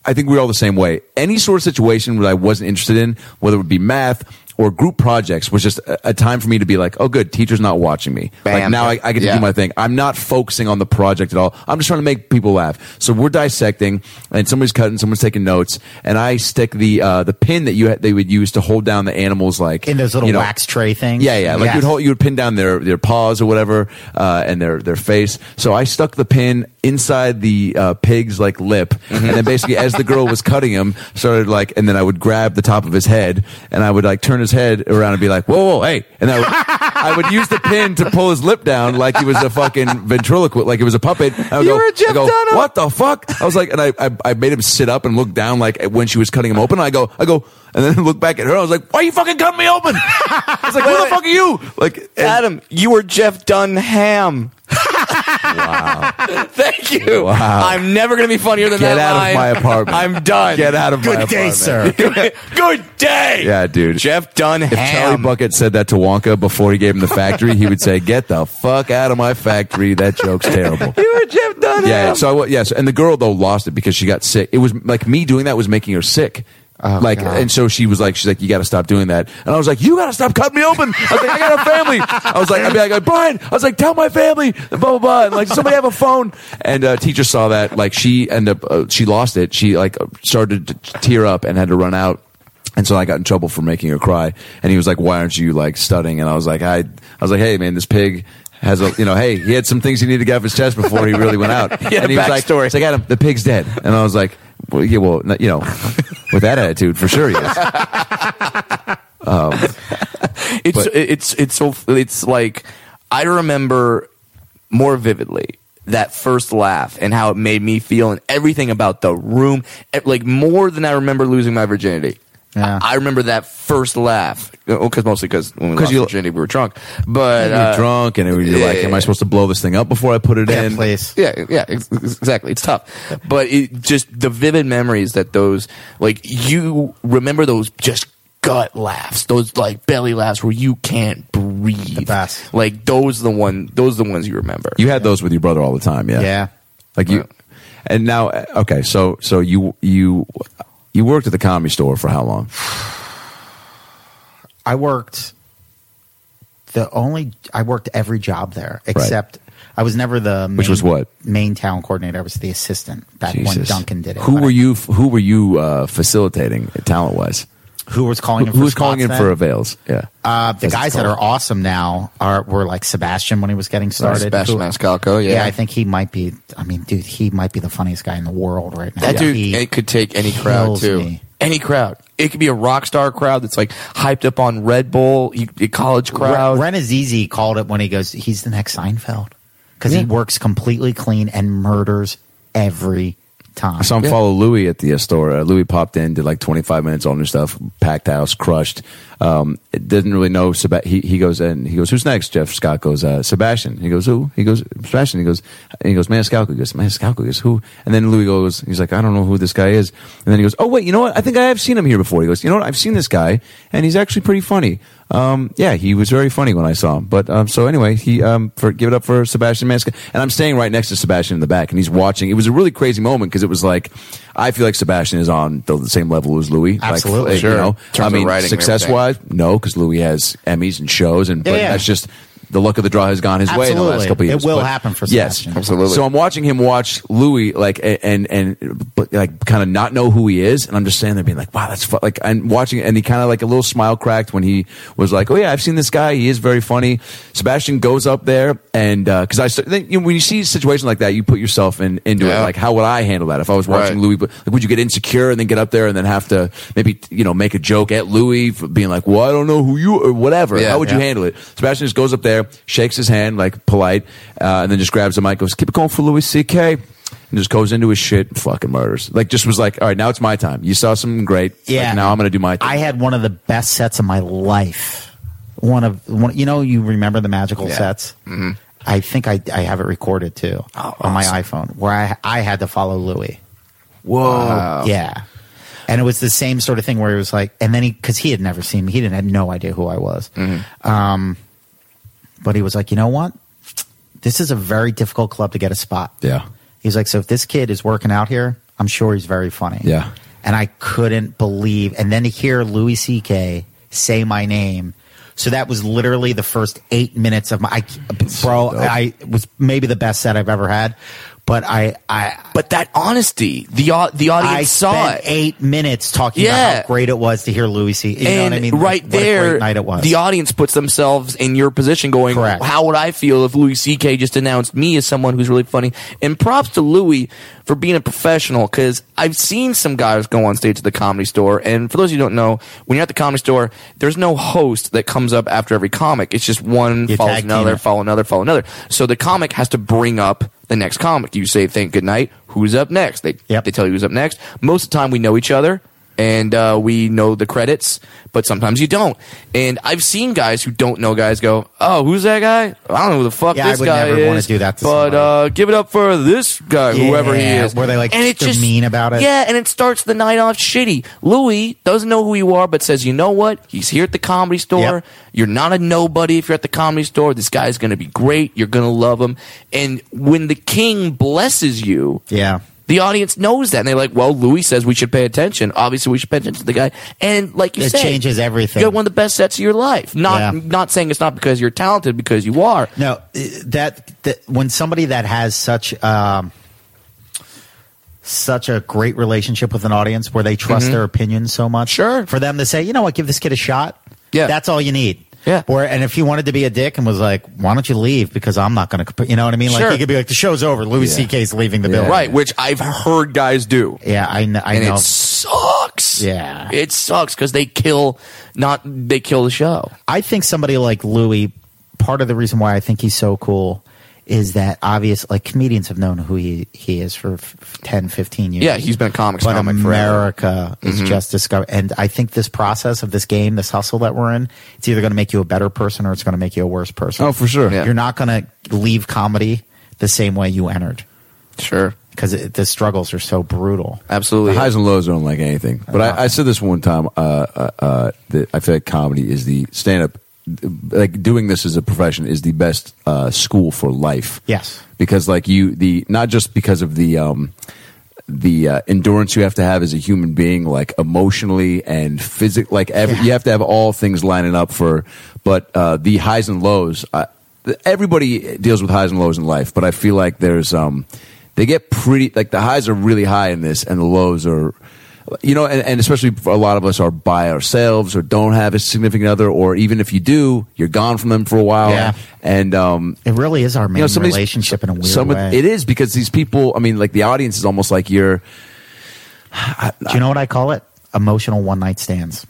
I think we're all the same way. Any sort of situation that I wasn't interested in, whether it would be math or group projects, was just a, a time for me to be like, "Oh, good, teacher's not watching me. Like
Bam.
now, I, I get to
Yeah.
do my thing. I'm not focusing on the project at all. I'm just trying to make people laugh. So we're dissecting, and somebody's cutting, someone's taking notes, and I stick the uh, the pin that you ha- they would use to hold down the animals, like
In those little
you know,
wax tray things.
yeah, yeah. Like
Yes.
you'd hold, you would pin down their their paws or whatever, uh, and their their face. So I stuck the pin inside the uh, pig's like lip,
Mm-hmm.
and then basically as the girl was cutting him, started like, and then I would grab the top of his head, and I would like turn his head around and be like, whoa, whoa, hey, and I would, I would use the pin to pull his lip down like he was a fucking ventriloquist, like it was a puppet. I would
You
go,
were Jeff
I go,
Dunham.
what the fuck? I was like, and I, I I made him sit up and look down like when she was cutting him open. I go, I go. And then look back at her. I was like, "Why you fucking cutting me open?" I was like, "Who the fuck are you?" Like, and-
Adam, you were Jeff Dunham. wow. Thank you.
Wow.
I'm never going to be funnier than
Get
that.
out of
line.
my apartment.
I'm done.
get out of my
Good day,
apartment.
sir.
Good day.
Yeah, dude.
Jeff Dunham.
If Charlie Bucket said that to Wonka before he gave him the factory, he would say, "Get the fuck out of my factory." That joke's terrible.
you were Jeff Dunham.
Yeah. So I wa- yeah. So, and the girl though lost it because she got sick. It was like me doing that was making her sick. like and so she was like she's like you got to stop doing that and I was like you got to stop cutting me open I was like I got a family I was like I'd be like Brian I was like tell my family and blah blah blah and like somebody have a phone and uh, teacher saw that like she ended up uh, she lost it she like started to tear up and had to run out and so I got in trouble for making her cry. And he was like, "Why aren't you like studying?" And I was like, "I, I was like, hey man, this pig has a, you know, hey, he had some things he needed to get off his chest before he really went out."
Yeah,
and he was like,
backstory.
"It's like Adam, the pig's dead." And I was like, "Well, yeah, well, no- you know, with that attitude, for sure he is."
it's
But-
it's it's so it's like I remember more vividly that first laugh and how it made me feel and everything about the room, eh, like more than I remember losing my virginity.
Yeah.
I, I remember that first laugh because mostly because when we
'Cause
lost
you-
virginity we were drunk, but
you're
uh,
drunk, and it- you're like, "Am I supposed to blow this thing up before I put it
Yeah,
in?"
please.
Yeah, yeah, ex- ex- exactly. It's tough, but it just the vivid memories that those like you remember those just gut laughs, those like belly laughs where you can't breathe.
The best.
Like those are the one. Those are the ones you remember.
You had those with your brother all the time, yeah.
Yeah.
Like you, and now, uh, okay, so so you you you worked at the comedy store for how long?
I worked the only I worked every job there except I was never the main,
Which was what?
main talent coordinator. I was the assistant back when
Jesus.
Duncan did it.
Who
But I-
were you? Who were you uh, facilitating talent wise?
Who was calling?
Who
in for
was calling in
spots
for
then?
avails? Yeah,
Uh, the
That's
guys that
called.
are awesome now are were like Sebastian when he was getting started.
Sebastian
who-
Maniscalco, yeah.
yeah, I think he might be. I mean, dude, he might be the funniest guy in the world right now.
That dude
He-
it could take any crowd
kills
too.
me.
Any crowd. It could be a rock star crowd that's like hyped up on Red Bull, you- a college crowd.
Ren Azizi called it when he goes, he's the next Seinfeld because he works completely clean and murders every time.
I saw him follow Louis at the uh, store. Uh, Louis popped in, did like 25 minutes, all new stuff, packed house, crushed. Um, it didn't really know. Seb- he, he goes in, he goes, who's next? Jeff Scott goes, uh, Sebastian. He goes, who? He goes, Sebastian. He goes, and he goes, Maniscalco. He goes, Maniscalco. He goes, who? And then Louis goes, he's like, I don't know who this guy is. And then he goes, oh, wait, you know what? I think I have seen him here before. He goes, you know what? I've seen this guy and he's actually pretty funny. Um, yeah, he was very funny when I saw him. But, um, so anyway, he, um, for, give it up for Sebastian Maniscalco. And I'm staying right next to Sebastian in the back and he's watching. It was a really crazy moment because it was like, I feel like Sebastian is on the same level as Louis. Like,
Absolutely.
you
Sure.
know,
In terms
I
of
mean,
writing and
success wise, no, because Louis has Emmys and shows and, but
yeah.
that's just, the luck of the draw has gone his way in the last
Absolutely.
couple of
It
years.
will happen for Sebastian.
Yes, so I'm watching him watch Louis, like, a- and and but, like, kind of not know who he is, and I'm just standing there being like, "Wow, that's fu-. like," and watching, it, and he kind of like a little smile cracked when he was like, "Oh yeah, I've seen this guy. He is very funny." Sebastian goes up there, and because I st- think you know, when you see a situation like that, you put yourself in into it.
Yeah.
Like, how would I handle that if I was watching
Right.
Louis? But like, would you get insecure and then get up there and then have to maybe you know make a joke at Louis for being like, "Well, I don't know who you or whatever."
Yeah.
how would you
Yeah.
handle? handle it. Sebastian just goes up there, shakes his hand, like polite, uh, and then just grabs the mic, goes, keep it going for Louis C.K. And just goes into his shit and fucking murders. Like, just was like, all right, now it's my time. You saw something great. Like,
Yeah.
now I'm going to do my thing.
I had one of the best sets of my life. One of one, you know, you remember the magical sets. Mm-hmm. I think I, I have it recorded too
Oh,
on my iPhone, where I I had to follow Louis.
Whoa. Oh.
Yeah. And it was the same sort of thing where he was like, and then he, cause he had never seen me. He didn't had no idea who I was.
Mm-hmm.
Um, but he was like, you know what? This is a very difficult club to get a spot.
Yeah.
He's like, so if this kid is working out here, I'm sure he's very funny.
Yeah.
And I couldn't believe, and then to hear Louis C.K. say my name. So that was literally the first eight minutes of my, I, bro.
dope.
I was maybe the best set I've ever had, but I, I,
but that honesty, the au- the audience
I
saw
spent
it.
eight minutes talking
Yeah.
about how great it was to hear Louis C. You know
and
what I mean? Like,
right
what a
there,
great night it was.
the audience puts themselves in your position, going,
Correct.
"How would I feel if Louis C.K. just announced me as someone who's really funny?" And props to Louis for being a professional, because I've seen some guys go on stage at the Comedy Store, and for those of you who don't know, when you're at the Comedy Store, there's no host that comes up after every comic. It's just one
You
follows
tag team
another,
it.
follow another, follow another. So the comic has to bring up the next comic. You say, "Thank good night." Who's up next? They
Yep.
they tell you who's up next. Most of the time, we know each other and uh, we know the credits, but sometimes you don't. And I've seen guys who don't know guys go, "Oh, who's that guy? I don't know who the fuck
Yeah, I
this
would
guy
never
is."
wanna do that to
but uh, give it up for this guy, whoever he
Yeah,
is.
where they, like,
and it
they're
just
mean about it.
Yeah, and it starts the night off shitty. Louis doesn't know who you are, but says, "You know what? He's here at the comedy store."
Yep.
You're not a nobody if you're at the comedy store. This guy's going to be great. You're going to love him. And when the king blesses you,
yeah.
the audience knows that. And they're like, well, Louis says we should pay attention. Obviously, we should pay attention to the guy. And like you
It
said,
changes everything.
You got one of the best sets of your life. Not
Yeah.
not saying it's not because you're talented, because you are.
No, uh, that, that when somebody that has such um, such a great relationship with an audience where they trust their opinion so much,
Mm-hmm. Sure.
for them to say, you know what, give this kid a shot.
Yeah.
that's all you need.
Yeah.
Or and if you wanted to be a dick and was like, why don't you leave? Because I'm not going to. You know what I mean? Like
Sure.
you could be like, the show's over. Louis
Yeah.
C.K.'s leaving the
Yeah.
building.
Right, which I've heard guys do.
Yeah, I, kn- I
and
know.
it sucks.
Yeah.
It sucks because they kill not they kill the show.
I think somebody like Louis, part of the reason why I think he's so cool is that obvious like comedians have known who he, he is for f- 10 15 years
Yeah, he's been a comics
but
comic forever.
america
Mm-hmm.
is just discovered and i think this process of this game this hustle that we're in it's either going to make you a better person or it's going to make you a worse person
Oh, for sure.
Yeah.
you're not going to leave comedy the same way you entered
Sure.
because the struggles are so brutal
Absolutely.
The highs and lows don't like anything. But
Uh-huh.
I, I said this one time uh, uh, uh, that I feel like comedy is the stand up, like doing this as a profession is the best uh, school for life.
Yes.
because like you, the not just because of the. Um, the uh, endurance you have to have as a human being, like emotionally and physic, like every,
Yeah.
you have to have all things lining up for. But uh, the highs and lows, I, th- everybody deals with highs and lows in life. But I feel like there's, um, they get pretty like the highs are really high in this, and the lows are, you know, and, and especially for a lot of us are by ourselves or don't have a significant other, or even if you do, you're gone from them for a while,
Yeah.
and um,
it really is our main
some of these-
relationship in a weird
some of-
way
It is because these people. I mean, like the audience is almost like you're.
do you know what i call it emotional one night stands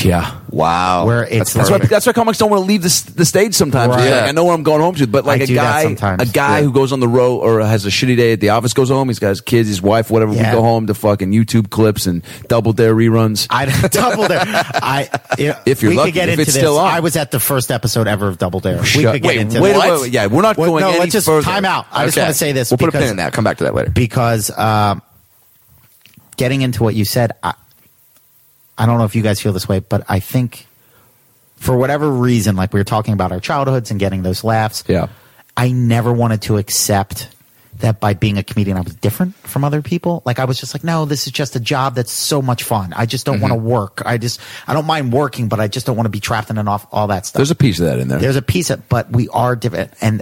Yeah.
wow.
Where it's
That's why,
Perfect.
that's why comics don't want to leave the, s- the stage sometimes.
Right.
They're like,
Yeah.
I know where I'm going home to, but like
I
a
do that
guy,
sometimes.
a guy
Yeah.
who goes on the road or has a shitty day at the office goes home. He's got his kids, his wife, whatever.
Yeah.
We go home to fucking YouTube clips and double dare reruns.
I double dare. I
If you're
we
lucky,
could get
if
into
it's
this.
still on.
I was at the first episode ever of Double Dare. We
Shut-
could get
wait,
into
wait,
this.
wait, wait, yeah, we're not
Well,
going
No,
any
let's just
further.
time out. I just
Okay.
want to say this
We'll
because
put a pin in that. Come back to that later.
because um, getting into what you said, I, I don't know if you guys feel this way, but I think for whatever reason, like we were talking about our childhoods and getting those laughs.
Yeah.
I never wanted to accept that by being a comedian, I was different from other people. Like I was just like, no, this is just a job that's so much fun. I just don't want to
Mm-hmm.
work. I just, I don't mind working, but I just don't want to be trapped in and off all that stuff.
There's a piece of that in there.
There's a piece of, but we are different. And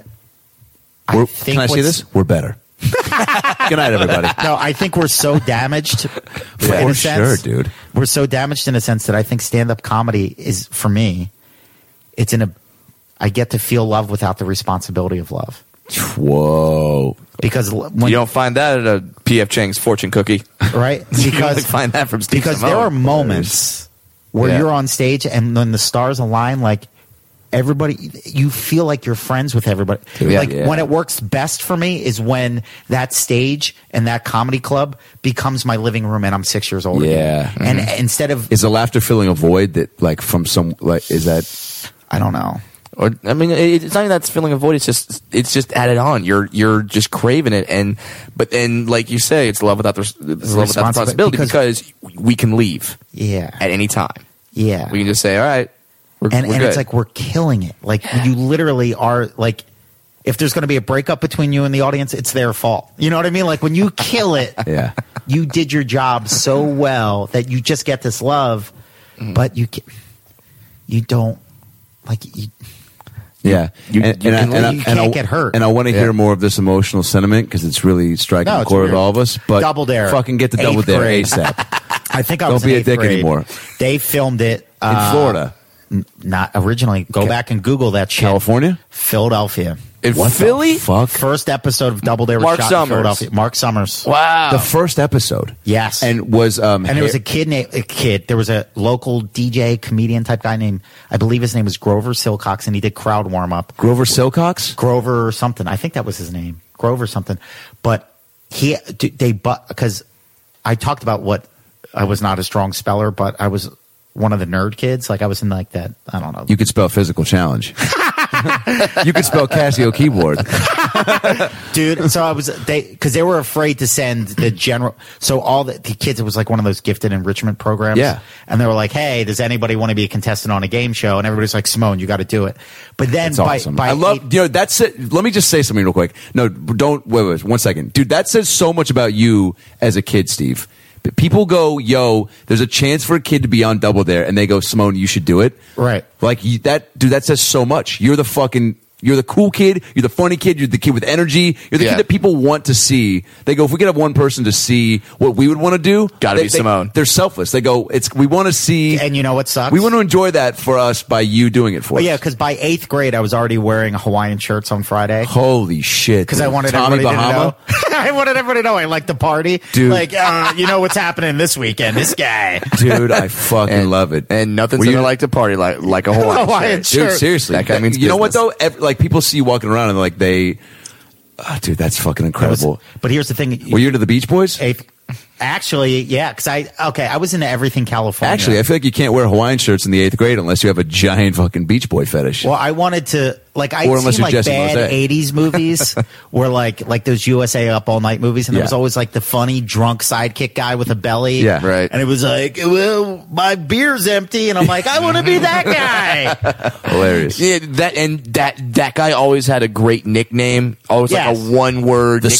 We're-
I think
can I say
what's-
this? We're better. Good night, everybody.
no, I think we're so damaged.
Yeah.
in
For
a sense.
Oh, sure, dude.
We're so damaged in a sense that I think stand-up comedy is for me. It's in a. I get to feel love without the responsibility of love
Whoa.
because l- when
you don't find that at a PF Chang's fortune cookie.
right
you can only
because
find that from Steve
because
Simone.
there are moments where
Yeah.
you're on stage and when the stars align like everybody you feel like you're friends with everybody
Yeah.
like
Yeah.
when it works best for me is when that stage and that comedy club becomes my living room and i'm six years old
Yeah.
again. and
Mm-hmm.
instead of
Is the laughter filling a void that, like, from some, like, is that
i don't know
or I mean, it- it's not even that's feeling a void. It's just it's just added on. You're you're just craving it, and but then like you say, it's love without the, it's love without the
Responsibi-
responsibility because,
because-
we can leave
yeah
at any time.
yeah
We can just say, all right, we're,
and
we're
and
good.
it's like we're killing it like you literally are like if there's going to be a breakup between you and the audience it's their fault you know what i mean like when you kill it
yeah?
you did your job so well that you just get this love,
Mm-hmm.
but you ca- you don't like you,
Yeah,
You- you
can- you can't get hurt.
And I want to
Yeah.
hear more of this emotional sentiment because it's really striking
No,
the
it's
core of
weird.
all of us. But
Double dare.
fucking get to double
Eighth
dare
grade.
ASAP
I think I
Don't
was in
be a
eighth
dick
grade.
anymore.
They filmed it
in
uh,
Florida,
Not originally. Go back and Google that shit.
California.
Philadelphia.
in Philly.
Fuck
First episode of Double Dare was
Mark
shot
Summers.
in Philadelphia. Mark Summers.
Wow.
the first episode.
Oh. Yes.
and was um
And there was a kid named a kid. There was a local DJ comedian type guy named I believe his name was Grover Silcox, and he did crowd warm up.
Grover Silcox.
Grover or something. I think that was his name, Grover something. But he d- they but because I talked about what I was not a strong speller, but I was one of the nerd kids. Like I was in like that. I don't know.
You could spell physical challenge. you could spell Casio keyboard.
dude. So I was they because they were afraid to send the general. So all the, the kids, it was like one of those gifted enrichment programs.
Yeah.
and they were like, "Hey, does anybody want to be a contestant on a game show?" And everybody's like, "Simone, you got to do it." But then
It's
by
awesome.
by
I love
eight-
you know that's it. Let me just say something real quick. No, don't wait, wait one second, dude. That says so much about you as a kid, Steve. But people go, yo, there's a chance for a kid to be on double there, and they go, Simone, you should do it.
Right.
Like you, that, dude. That says so much. You're the fucking. You're the cool kid. You're the funny kid. You're the kid with energy. You're the
Yeah.
kid that people want to see. They go, if we could have one person to see what we would want to do,
Gotta
they-
be
they-
Simone.
They're selfless. They go, it's we want to see,
and you know what sucks?
we want to enjoy that for us by you doing it
Oh,
for
Well,
us.
yeah, because by eighth grade, I was already wearing Hawaiian shirts on Friday.
Holy shit!
Because I
dude.
wanted
Tommy
everybody
Bahama.
to know. I wanted everybody to know I like the party.
Dude.
Like, uh, you know what's happening this weekend. This guy.
dude, I fucking love it.
and nothing's
Were
gonna
you-
like to party like like a Hawaiian,
Hawaiian
shirt.
shirt.
dude, seriously,
That guy means
you know what
business.
though? Ev like people see you walking around and like they. Ah, dude, that's fucking
That was-
incredible.
but here's the thing.
Were you into the Beach Boys?
Eighth- actually, yeah, because I okay, I was into everything California.
Actually, I feel like you can't wear Hawaiian shirts in the eighth grade unless you have a giant fucking Beach Boy fetish.
well, I wanted to like I
Or
seen
unless you're
like
Jesse
bad
Mosaic.
'80s movies where like like those USA Up All Night movies, and there
Yeah.
was always like the funny drunk sidekick guy with a belly,
Yeah.
Right.
And it was like, well, my beer's empty, and I'm like, I want to be that guy.
Hilarious.
Yeah, that and that that guy always had a great nickname. Always like
Yes.
a one word.
The
nickname.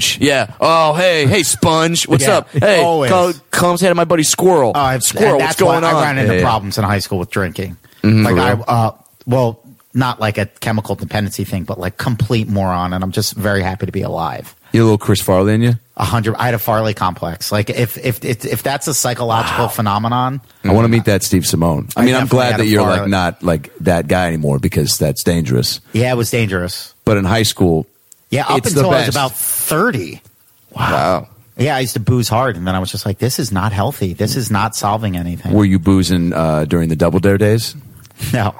Sponge.
Yeah. Oh hey hey Sponge, what's
Yeah.
up? Hey,
Always.
come, come say to my buddy Squirrel.
Oh, I've,
Squirrel, what's
that's
going
why
on?
I ran into
Yeah, Mm-hmm. yeah.
problems in high school with drinking. like I, uh, well, not like a chemical dependency thing, but like complete moron. And I'm just very happy to be alive.
You a little Chris Farley in you?
A hundred. I had a Farley complex. Like if if if, if that's a psychological phenomenon,
I want to meet that Steve Simone. I mean,
I
I'm
definitely
glad
had a
that you're
far-
like not like that guy anymore because that's dangerous.
yeah, it was dangerous.
But in high school,
Yeah, up
It's the
until I was
best.
about thirty.
Wow.
Yeah, I used to booze hard, and then I was just like, "This is not healthy. This is not solving anything."
were you boozing uh, during the Double Dare days?
no,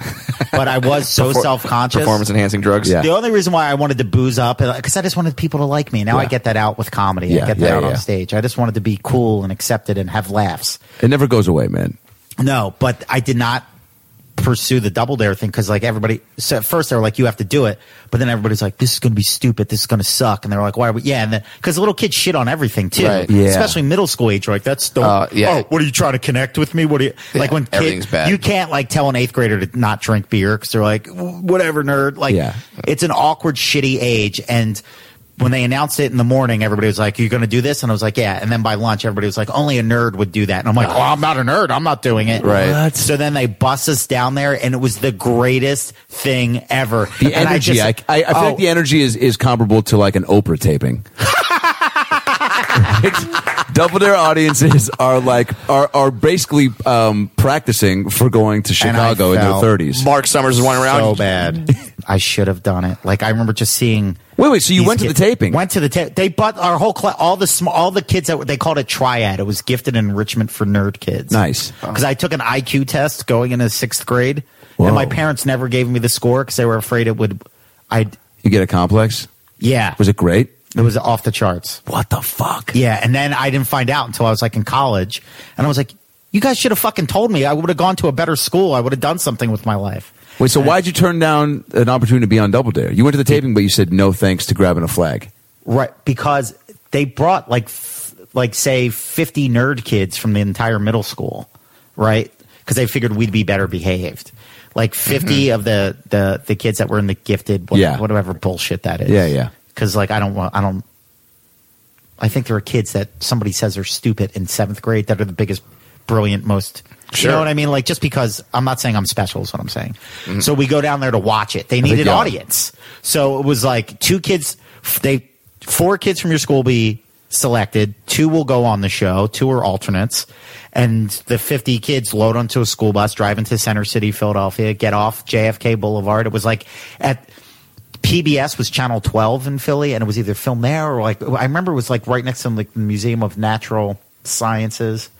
but I was so self conscious.
Performance enhancing drugs.
Yeah.
The only reason why I wanted to booze up, because I just wanted people to like me. Now I get that out with comedy.
Yeah,
I get that
yeah,
out
yeah.
on stage. I just wanted to be cool and accepted and have laughs.
It never goes away, man.
No, but I did not pursue the double dare thing because like everybody so at first they were like you have to do it but then everybody's like this is going to be stupid this is going to suck and they're like why are we yeah and then because little kids shit on everything too
Right.
Yeah.
especially middle school age like that's the
Uh, yeah.
oh what are you trying to connect with me what are you like
Yeah,
when
everything's
kids
bad.
you can't like tell an eighth grader to not drink beer because they're like "W- whatever nerd like
Yeah.
it's an awkward shitty age and when they announced it in the morning, everybody was like, "You're going to do this," and I was like, "Yeah." And then by lunch, everybody was like, "Only a nerd would do that," and I'm like, "Oh, I'm not a nerd. I'm not doing it."
Right. What?
So then they bus us down there, and it was the greatest thing ever.
The
And
energy, I,
just-
I, I feel
oh,
like the energy is, is comparable to like an Oprah taping. It's- Double Dare audiences are like are are basically um, practicing for going to
And I
Chicago in their
felt
thirties.
Mark Summers is one around.
so bad. I should have done it. Like I remember just seeing.
Wait, wait. So you
these
went to the
kids-
taping?
Went to the ta- they bought our whole class, all the sm- all the kids that were, they called it triad. It was gifted enrichment for nerd kids.
Nice.
because I took an IQ test going into sixth grade,
Whoa.
and my parents never gave me the score because they were afraid it would. I
You get a complex?
yeah,
Was it great?
it was off the charts.
What the fuck?
Yeah, and then I didn't find out until I was like in college, and I was like, "You guys should have fucking told me. I would have gone to a better school. I would have done something with my life."
Wait, so why'd you turn down an opportunity to be on Double Dare? You went to the taping, but you said no thanks to grabbing a flag.
Right, because they brought like f- like say 50 nerd kids from the entire middle school, right? Cuz they figured we'd be better behaved. Like 50 of the the the kids that were in the gifted what,
Mm-hmm. Yeah.
whatever bullshit that is.
Yeah, yeah.
Cuz like I don't want I don't I think there are kids that somebody says are stupid in 7th grade that are the biggest brilliant most You know
Sure.
what I mean? Like just because I'm not saying I'm special is what I'm saying. So we go down there to watch it. They needed
y'all-
audience kids. So it was like two kids. They four kids from your school will be selected. Two will go on the show. Two are alternates, and the fifty kids load onto a school bus, drive into Center City, Philadelphia, get off JFK Boulevard. It was like at. PBS was Channel 12 in Philly, and it was either filmed there or like I remember it was like right next to like the Museum of Natural Sciences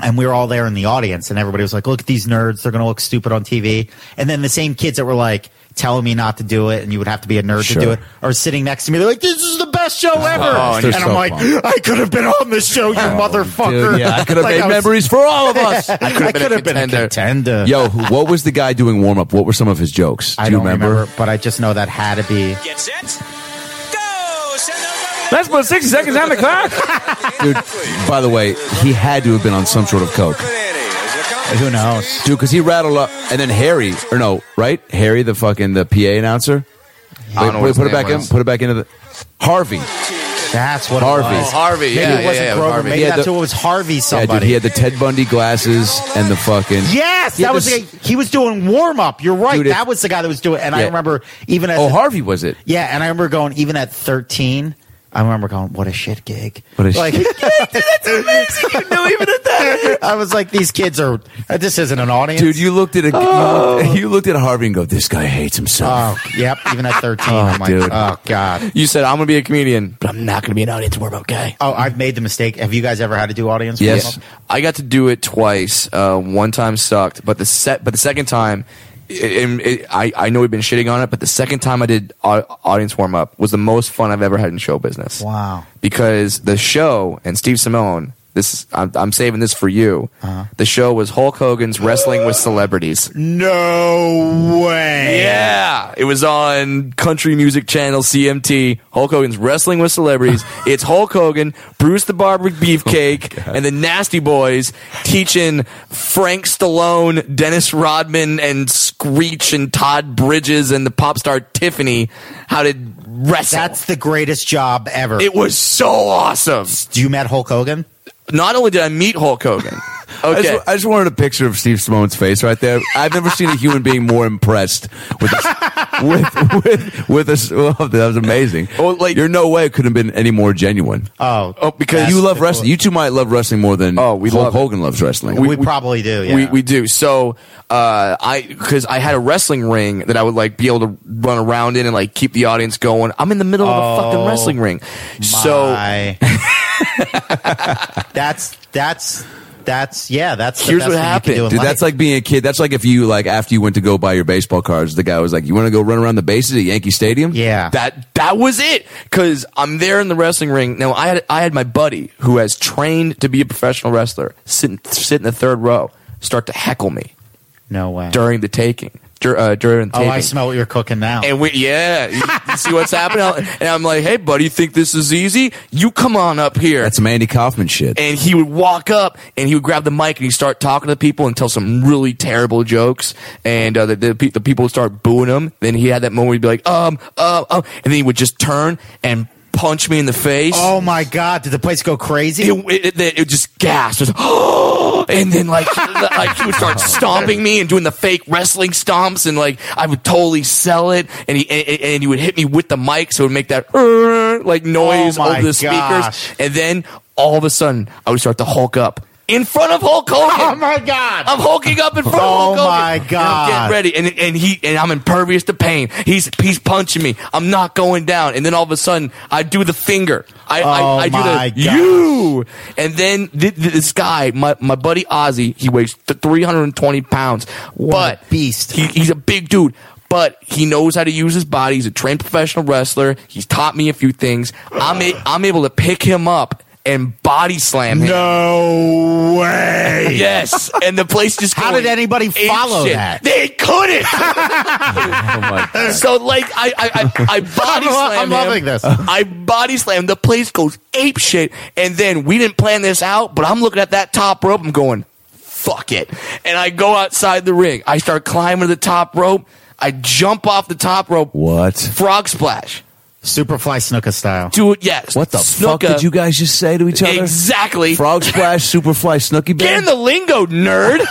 and we were all there in the audience and everybody was like look at these nerds they're going to look stupid on tv and then the same kids that were like telling me not to do it and you would have to be a nerd
Sure.
to do it are sitting next to me they're like this is the best show ever
Oh,
and,
they're
i'm
so
like
fun.
i could have been on this show you motherfucker
Oh, Dude, yeah, I could have
Like,
made
was-
memories for all of us.
i could have been, a contender
Yo, who- what was the guy doing warm up? What were some of his jokes? Do
i
you
don't remember? but i just know that had to be
Get set, go! Send those
Let's put 60 seconds on the clock.
Dude, by the way, he had to have been on some sort of coke.
who knows
Dude, because he rattled up, and then Harry, or no, right? Harry, the fucking the PA announcer.
I don't know what his
put it
name
back in.
was.
Put it back into the Harvey.
that's what
Harvey.
it
Oh,
was.
Harvey.
maybe
yeah,
it wasn't
yeah, yeah,
Grover.
Harvey.
maybe
He had
that's
the-
who it was harvey somebody
Yeah, dude, he had the Ted Bundy glasses and the fucking.
Yes,
He had
that was
this-
the, he was doing warm up. You're right.
Dude, it-
that was the guy that was doing. And I
Yeah.
remember even at
Oh, Harvey was it?
yeah, and I remember going even at 13. I remember going, what a shit gig.
What a
like,
shit-
that's amazing. You knew even at that. I was like, these kids are. uh, This isn't an audience,
Dude, you looked at a, you, looked, you looked at Harvey and go, "This guy hates himself."
Oh, yep. Even at 13, I'm like,
dude.
oh god.
You said I'm gonna be a comedian, but I'm not gonna be an audience warm up guy.
Oh, I've made the mistake. Have you guys ever had to do audience?
Yes.
warm-up?
I got to do it twice. Uh, one time sucked, but the set, but the second time, and it, I, I know we've been shitting on it, but the second time I did au- audience warm up was the most fun I've ever had in show business.
Wow.
Because the show and Steve Simone, this I'm, I'm saving this for you. The show was Hulk Hogan's Wrestling with Celebrities.
No way.
Yeah, it was on Country Music Channel CMT. Hulk Hogan's Wrestling with Celebrities. it's Hulk Hogan, Bruce the Barber
Oh
Beefcake, and the Nasty Boys teaching Frank Stallone, Dennis Rodman, and Screech and Todd Bridges and the pop star Tiffany how to wrestle.
That's the greatest job ever.
it was so awesome.
Do you met Hulk Hogan?
Not only did I meet Hulk Hogan,
I
okay.
just, I just wanted a picture of Steve Simone's face right there. I've never seen a human being more impressed with a, with with with us. Well, that was amazing.
Well, like-
you're no way it could have been any more genuine.
Oh,
Oh, because
you
you love.
love wrestling. You two might love wrestling more than
Oh, we
Hulk
love it.
Hogan loves wrestling.
we, probably do. Yeah.
We, we do. So uh, I because I had a wrestling ring that I would like be able to run around in and like keep the audience going. I'm in the middle of a fucking
Oh,
wrestling ring. So
My- that's that's that's yeah. That's the
Here's
best
what
thing you can do
happened.
in
Dude,
life.
that's like being a kid. That's like if you like after you went to go buy your baseball cards, the guy was like, "You want to go run around the bases at Yankee Stadium?"
yeah.
that that was it. Because I'm there in the wrestling ring. Now I had I had my buddy who has trained to be a professional wrestler sit in- sit in the third row start to heckle me
no way.
during the taking. Dur- uh, during the
oh,
taking.
I smell what you're cooking now.
And we, yeah, you, you see what's happening. And I'm like, hey, buddy, you think this is easy? You come on up here.
that's some Andy Kaufman shit.
and he would walk up and he would grab the mic and he'd start talking to people and tell some really terrible jokes and uh, the, the, pe- the people would start booing him then he had that moment where he'd be like um uh, um and then he would just turn and punch me in the face
oh my god, did the place go crazy?
it, it, it, it would just gasp, just, and then like, like he would start stomping me and doing the fake wrestling stomps, and like I would totally sell it, and he and, and he would hit me with the mic, so it would make that "Uh," like noise
Oh my
over the
gosh.
speakers, and then all of a sudden I would start to Hulk up in front of Hulk Hogan.
oh my god.
I'm hulking up in front
Oh
of Hulk Hogan.
my
And I'm
God.
getting ready, and and he and I'm impervious to pain. He's he's punching me. I'm not going down. And then all of a sudden, I do the finger. I
Oh
I, I
my
do the
gosh.
you. And then th- th- this guy, my my buddy Ozzy, he weighs th- 320 pounds,
What a
but
beast.
He, he's a big dude. But he knows how to use his body. He's a trained professional wrestler. He's taught me a few things. I'm a, I'm able to pick him up and body slam him.
no way.
Yes, and the place just.
How
going
did anybody
apeshit.
follow that?
They couldn't. Oh so like I I I, I body
I'm lo-
slam.
I'm loving this.
I body slam. The place goes ape shit, and then we didn't plan this out. But I'm looking at that top rope. I'm going, fuck it, and I go outside the ring. I start climbing the top rope. I jump off the top rope.
What?
Frog splash.
Superfly snooker style.
Do it. Yes.
What the fuck
Snooker.
did you guys just say to each other?
Exactly.
Frog splash, superfly, snooky.
Get in the lingo, nerd.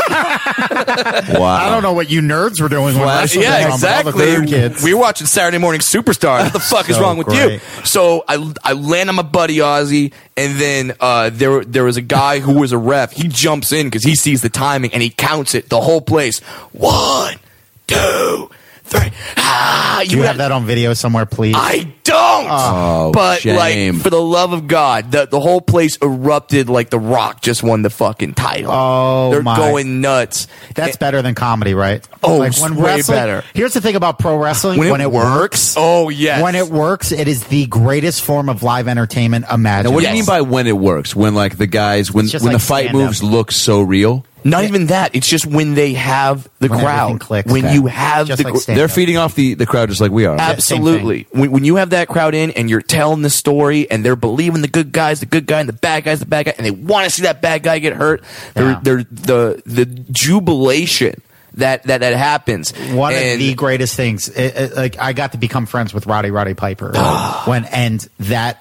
Wow.
I don't know what you nerds were doing when
Flash-
wrestling
yeah,
was on, but
exactly.
All the nerd kids.
We were watching Saturday Morning Superstar. What the fuck is
So
wrong with
great.
you? So I, I land on my buddy Ozzy, and then uh, there there was a guy who was a ref. He jumps in because he sees the timing and he counts it the whole place. One, two, three. Ah,
Do you
would
have that on video somewhere, please?
I don't.
Oh,
but
shame.
like, for the love of God, the the whole place erupted like The Rock just won the fucking title.
Oh,
they're
my.
going nuts.
That's better than comedy, right?
Eh. Oh, way better.
Here's the thing about pro wrestling:
When it
works,
Oh yes.
when it works, it is the greatest form of live entertainment
Now,
imaginable.
what
Yes.
do you mean by when it works? When like the guys when
It's just
when
like
the fight
stand-up.
moves look so real?
Not even that. It's just when they have the
When everything
crowd.
clicks,
when
okay.
you have
Just
the
like
gr-
stand-
They're
Stand-up.
feeding off the the crowd just like we are.
same thing.
absolutely. When, when you have that crowd in and you're telling the story and they're believing the good guys, the good guy, and the bad guys, the bad guy, and they want to see that bad guy get hurt.
Yeah.
They're, they're the the jubilation that that that happens.
one of
And-
the greatest things. It- it- like I got to become friends with Roddy Roddy Piper
Ah.
when, and that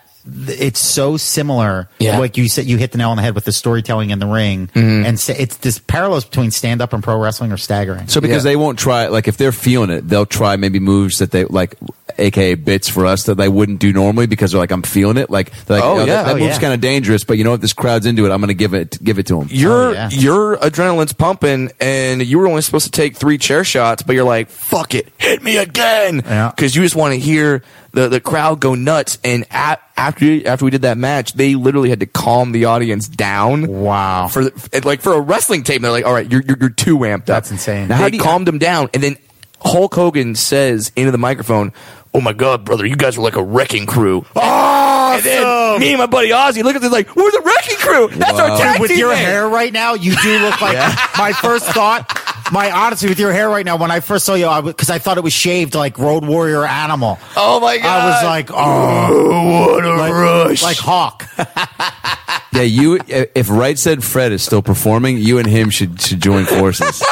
it's so similar.
Yeah. Mm-hmm.
Like you said, you hit the nail on the head with the storytelling in the ring, and sa- it's this parallels between stand up and pro wrestling are staggering.
So because
Yeah.
they won't try, like if they're feeling it, they'll try maybe moves that they like, aka bits for us that they wouldn't do normally because they're like, I'm feeling it. Like, they're like
Oh,
you know,
yeah.
that, that
Oh,
move's
yeah.
kind of dangerous, but you know what? This crowd's into it. I'm gonna give it give it to them.
your
Oh, yeah.
your adrenaline's pumping and you were only supposed to take three chair shots but you're like fuck it hit me again
Yeah.
because you just want to hear the, the crowd go nuts and a after after we did that match they literally had to calm the audience down
Wow.
for the, and, like for a wrestling tape they're like all right you're, you're, you're too amped up
That's insane. Now,
they
how do you-
calmed them down and then Hulk Hogan says into the microphone, "Oh my God, brother, you guys are like a wrecking crew." Awesome. And then me and my buddy Ozzy look at this like, "We're the wrecking crew. That's our tag
with
team
your
name."
hair right now, you do look like my first thought. My honestly, with your hair right now, when I first saw you, because I, thought it was shaved like Road Warrior Animal.
Oh my God!
I was like, oh, what a
rush.
Like Hawk.
Yeah, you. If Right Said Fred is still performing, you and him should should join forces.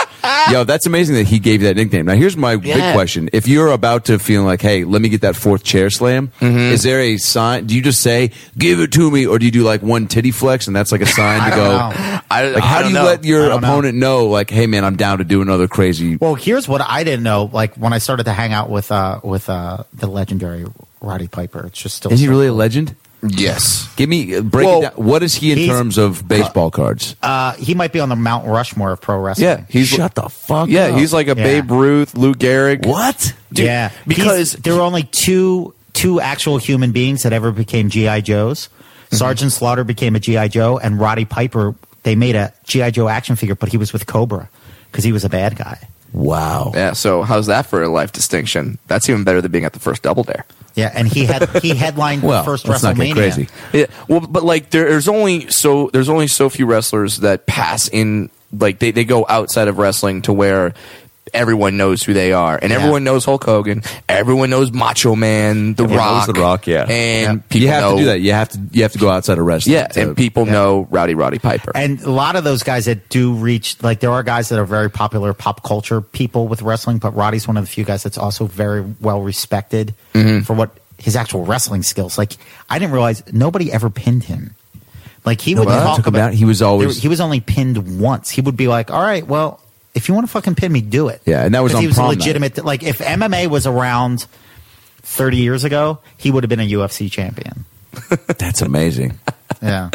Yo, that's amazing that he gave you that nickname. Now, here's my
Yeah.
big question: If you're about to feel like, hey, let me get that fourth chair slam,
Mm-hmm.
is there a sign? Do you just say, "Give it to me," or do you do like one titty flex, and that's like a sign to
I
go?
don't know.
I-
Like,
I
how do
don't
you
know.
let your
I don't know.
opponent know, like, hey, man, I'm down to do another crazy?
Well, here's what I didn't know. Like when I started to hang out with uh, with uh, the legendary Roddy Piper, it's just still.
Is he really a legend?
yes.
Give me break
Well,
it down. What is he in
he's-
terms of baseball cards?
Uh, he might be on the Mount Rushmore of pro wrestling.
Yeah, he's shut the fuck. Yeah,
up.
he's like a
Yeah.
Babe Ruth, Lou Gehrig.
what?
Dude,
yeah,
because-
He's- there were only two two actual human beings that ever became GI Joes.
Mm-hmm.
Sergeant Slaughter became a GI Joe, and Roddy Piper. They made a GI Joe action figure, but he was with Cobra because he was a bad guy.
Wow.
Yeah. So how's that for a life distinction? That's even better than being at the first double dare.
Yeah, and he had he headlined
Well,
the first
let's not
WrestleMania.
get crazy.
Yeah. Well, but like there's only so there's only so few wrestlers that pass in like they, they go outside of wrestling to where everyone knows who they are and
Yeah.
everyone knows Hulk Hogan, everyone knows Macho Man, The
Everyone knows
Rock,
The Rock, yeah.
and people
You have
know,
to do that. You have to. You have to go outside of uh, wrestling.
Yeah,
to-
and people know Rowdy Roddy Piper.
And a lot of those guys that do reach, like, there are guys that are very popular pop culture people with wrestling, but Roddy's one of the few guys that's also very well respected
Mm-hmm.
for what his actual wrestling skills. Like, I didn't realize nobody ever pinned him. Like, he would
Nobody
talk
took him
about
down. He was always-
there- he was only pinned once. He would be like, all right, well, if you want to fucking pin me, do it.
Yeah, and that was
'Cause
on
he was
prom
a
night.
legitimate. Like, if MMA was around 30 years ago, he would have been a UFC champion.
That's amazing.
Yeah.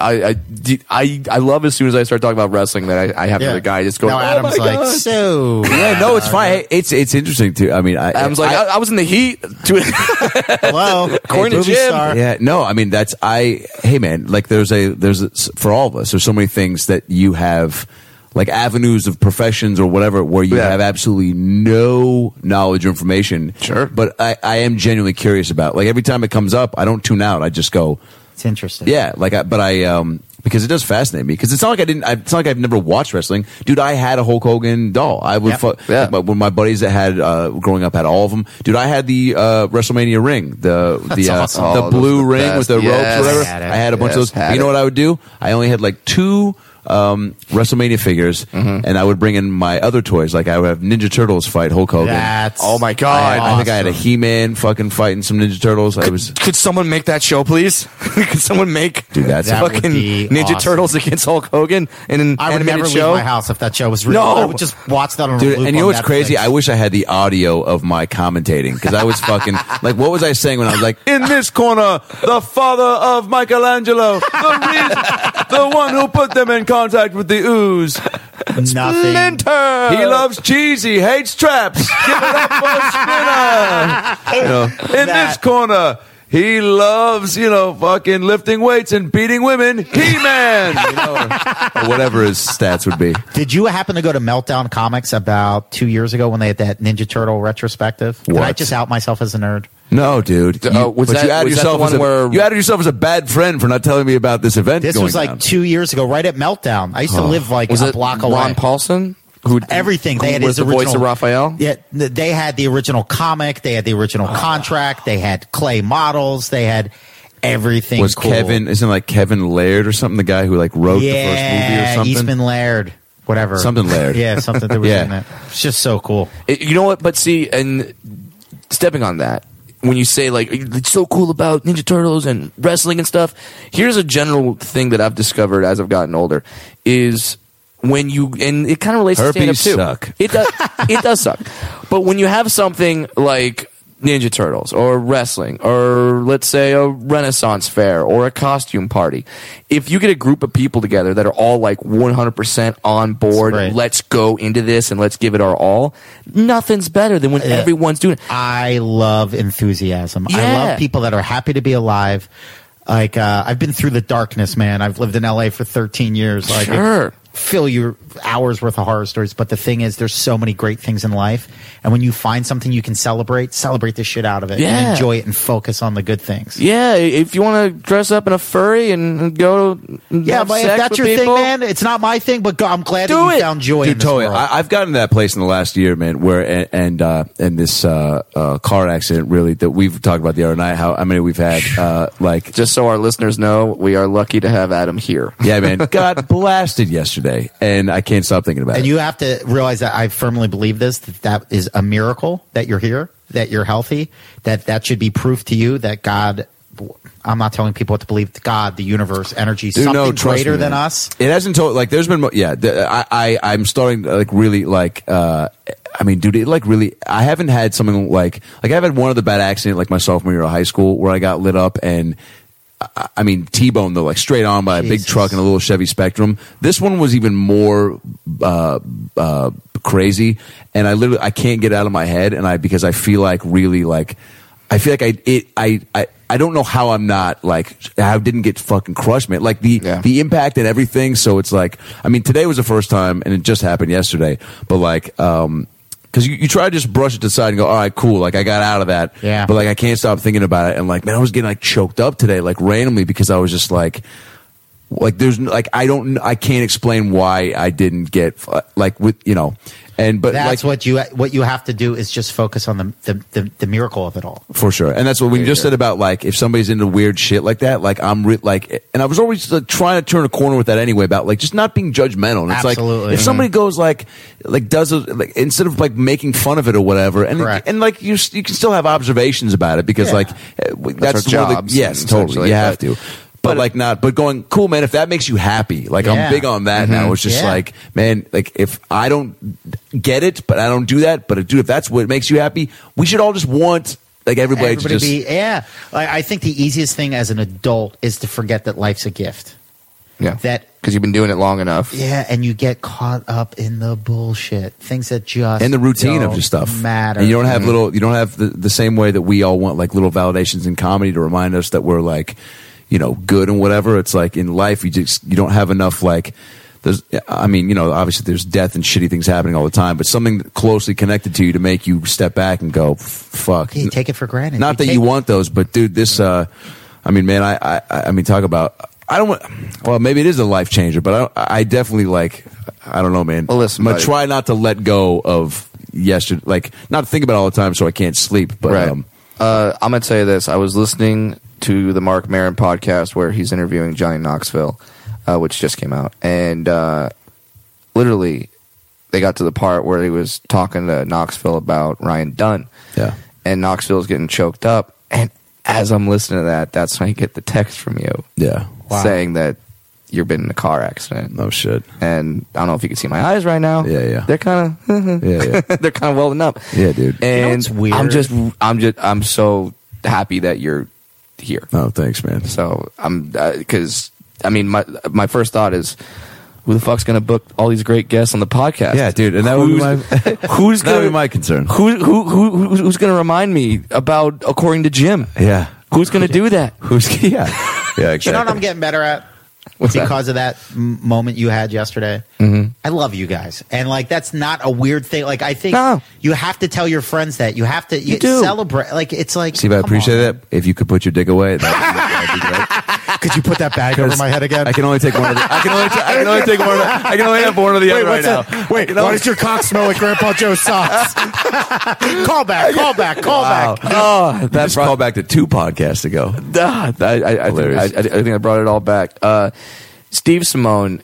I, I, d- I- I love as soon as I start talking about wrestling that I, I have
yeah.
another guy just going.
Now
"Oh
Adam's
my
like,
God."
so.
yeah, no, it's fine. Hey, It's it's interesting too. I mean, I,
Adam's like, I, I was in the heat.
Hello,
According to
movie
Jim.
star.
yeah, no, I mean that's I. Hey, man, like there's a there's a, for all of us. There's so many things that you have. Like avenues of professions or whatever, where you
Yeah.
have absolutely no knowledge or information.
Sure.
but I, I am genuinely curious about. Like every time it comes up, I don't tune out. I just go,
It's interesting.
Yeah, like I, but I um because it does fascinate me because it's not like I didn't. I, it's not like I've never watched wrestling, dude. I had a Hulk Hogan doll. I would
Yep.
fuck.
Yeah.
My, when my buddies that had uh, growing up had all of them, dude. I had the uh, WrestleMania ring, the the uh,
awesome.
Oh,
the
those
blue
are the
ring
best.
with the
Yes.
ropes, or whatever.
Had it.
I had a
Yes,
bunch of those.
had
You know
it.
what I would do? I only had like two. Um, WrestleMania figures,
Mm-hmm.
and I would bring in my other toys. Like I would have Ninja Turtles fight Hulk Hogan.
That's
Oh my
I,
god!
had- I think I had a He-Man fucking fighting some Ninja Turtles. I was
Could someone make that show, please? Could someone make
Dude, that's- That
would
fucking
be
Ninja
awesome.
Turtles against Hulk Hogan in an
I would
animated
never
show?
leave my house if that show was real.
No.
I would just watch that on a
Dude,
loop
and you know
on
what's
Netflix.
crazy? I wish I had the audio of my commentating because I was fucking like, what was I saying when I was like, in this corner, the father of Michelangelo, the, reason, the one who put them in contact with the ooze.
nothing.
He loves cheese. He hates traps. Give it up for Spinner. You know, in this
That-
corner, he loves you know fucking lifting weights and beating women. He man, you know, or whatever his stats would be.
Did you happen to go to Meltdown Comics about two years ago when they had that Ninja Turtle retrospective? Did I
What?
just out myself as a nerd?
No, dude.
D- uh, was
but
that-
you added
was that the
yourself
one
as a,
where-
you added yourself as a bad friend for not telling me about this event.
This
going
was like
down.
two years ago, right at Meltdown. I used to live like
Was
a
it
block
Ron
away.
Paulson? Who
Everything
who
they had
was the
his original,
voice of Raphael?
Yeah, th- they had the original comic. They had the original contract. They had clay models. They had everything.
was
cool.
Kevin isn't it like Kevin Laird or something the guy who like wrote the first movie or something.
Eastman Laird, whatever.
Something Laird.
yeah, something that was
Yeah.
in that. It's just so cool.
It- you know what? But see, and stepping on that, when you say like it's so cool about Ninja Turtles and wrestling and stuff, here's a general thing that I've discovered as I've gotten older is when you and it kind of relates
Herpes
to stand up
suck.
too. It does. it does suck. But when you have something like Ninja Turtles or wrestling or let's say a Renaissance fair or a costume party, if you get a group of people together that are all like 100% on board,
Right.
let's go into this and let's give it our all, nothing's better than when
Yeah.
everyone's doing it.
I love enthusiasm. I
Yeah.
love people that are happy to be alive. Like uh, I've been through the darkness, man. I've lived in LA for 13 years. Like
Sure.
fill your hours worth of horror stories. But the thing is, there's so many great things in life, and when you find something you can celebrate, celebrate the shit out of it, and
Yeah.
enjoy it, and focus on the good things.
Yeah, if you want to dress up in a furry and go to
Yeah,
have
but if
sex
that's
with
your
people-
thing, man, it's not my thing. But go- I'm glad
Do
that you
it.
found joy in
Dude,
this
totally.
world.
I, I've gotten to that place in the last year, man, where and and, uh, and this uh, uh, car accident really that we've talked about the other night. How I mean, we've had uh, like
Just so our listeners know, we are lucky to have Adam here.
yeah, man, got blasted yesterday, and I can't stop thinking about
and
it.
you have to realize that I firmly believe this. That that is a miracle that you're here, that you're healthy, that that should be proof to you that God. I'm not telling people what to believe. God, the universe, energy,
Dude,
something
no, trust
greater
me,
than
man.
us.
It hasn't told like there's been mo- yeah. The, I, I I'm starting to, like really like uh I mean dude it like really I haven't had something like like I've had one other bad accident like my sophomore year of high school where I got lit up and I, I mean T-boned though like straight on by a big
Jesus.
truck and a little Chevy Spectrum. This one was even more uh uh crazy and I literally I can't get it out of my head and I because I feel like really like I feel like I it I I I don't know how I'm not like I didn't get fucking crushed, man. Like the
Yeah.
the the impact and everything. So it's like, I mean, today was the first time, and it just happened yesterday. But like, um 'cause because you, you try to just brush it to the side and go, all right, cool. Like I got out of that.
Yeah.
But like I can't stop thinking about it. And like, man, I was getting like choked up today, like randomly, because I was just like, like there's n- like I don't I can't explain why I didn't get uh, like with you know, and but
That's
like,
what you what you have to do is just focus on the the, the, the miracle of it all.
for sure. And that's what we just said about like if somebody's into weird shit like that, like I'm re- like, and I was always like, trying to turn a corner with that anyway about like just not being judgmental. And it's
Absolutely. Mm-hmm.
like if somebody goes like like does a, like instead of like making fun of it or whatever, and
Correct.
and like you s- you can still have observations about it because
Yeah.
like eh, w-
That's
that's,
our
one of the-
jobs,
yes, totally.
essentially,
You have
but-
to. But, like not, but going cool, man. If that makes you happy, like
Yeah.
I'm big on that now. It's just
Mm-hmm. Yeah.
like, man, like if I don't get it, but I don't do that, but dude, if that's what makes you happy, we should all just want like everybody everybody to just-
be yeah. Like, I think the easiest thing as an adult is to forget that life's a gift.
Yeah,
That-
because you've been doing it long enough.
Yeah, and you get caught up in the bullshit, things that just
and the routine of
don't
just stuff
matter. Mm-hmm.
And you don't have little, you don't have the, the same way that we all want like little validations in comedy to remind us that we're like, you know, good and whatever. It's like in life, you just you don't have enough like. There's, I mean, you know, obviously there's death and shitty things happening all the time, but something closely connected to you to make you step back and go, "Fuck."
Yeah, you take it for granted.
Not that
take-
you want those, but dude, this. Uh, I mean, man, I, I, I mean, talk about. I don't want. Well, maybe it is a life changer, but I, I definitely like. I don't know, man.
Well, listen,
I'm gonna
buddy.
try not to let go of yesterday. Like, not think about it all the time, so I can't sleep. But
right.
um,
uh, I'm gonna tell you this. I was listening to the Mark Maron podcast where he's interviewing Johnny Knoxville, uh, which just came out, and uh, literally they got to the part where he was talking to Knoxville about Ryan Dunn.
Yeah.
and Knoxville's getting choked up, and as I'm listening to that, that's when I get the text from you
yeah.
saying that you've been in a car accident.
No shit.
And I don't know if you can see my eyes right now.
Yeah, yeah.
They're kind of
Yeah, yeah.
they're kind of welding up.
Yeah, dude.
And
what's weird?
I'm just I'm just I'm so happy that you're here.
No, thanks, man.
So I'm because I mean my my first thought is who the fuck's gonna book all these great guests on the podcast?
Yeah, dude, and that would be
who's,
my
who's
that
gonna
would be my concern.
Who, who who who's- who's gonna remind me about according to Jim?
Yeah.
Who's gonna do that?
Who's yeah? Yeah, exactly.
You know what I'm getting better at
What's that?
because of that m- moment you had yesterday.
Mm-hmm.
I love you guys, and like that's not a weird thing. Like I think
No.
you have to tell your friends that you have to you
do.
celebrate. Like it's like
See, but I
come
appreciate
on.
that. If you could put your dick away, that would be great.
Could you put that bag over my head again?
I can only take one of the. I can only. ta- I can only take one. Of the, I can only have one of the other right
what's
now.
that? Wait, why does your cock smell like Grandpa Joe's socks? call back, call back, call
Wow.
back.
Oh, that's brought back to two podcasts ago.
Ah, I, I, I, think, I,
Hilarious.
I think I brought it all back. Uh, Steve Simone,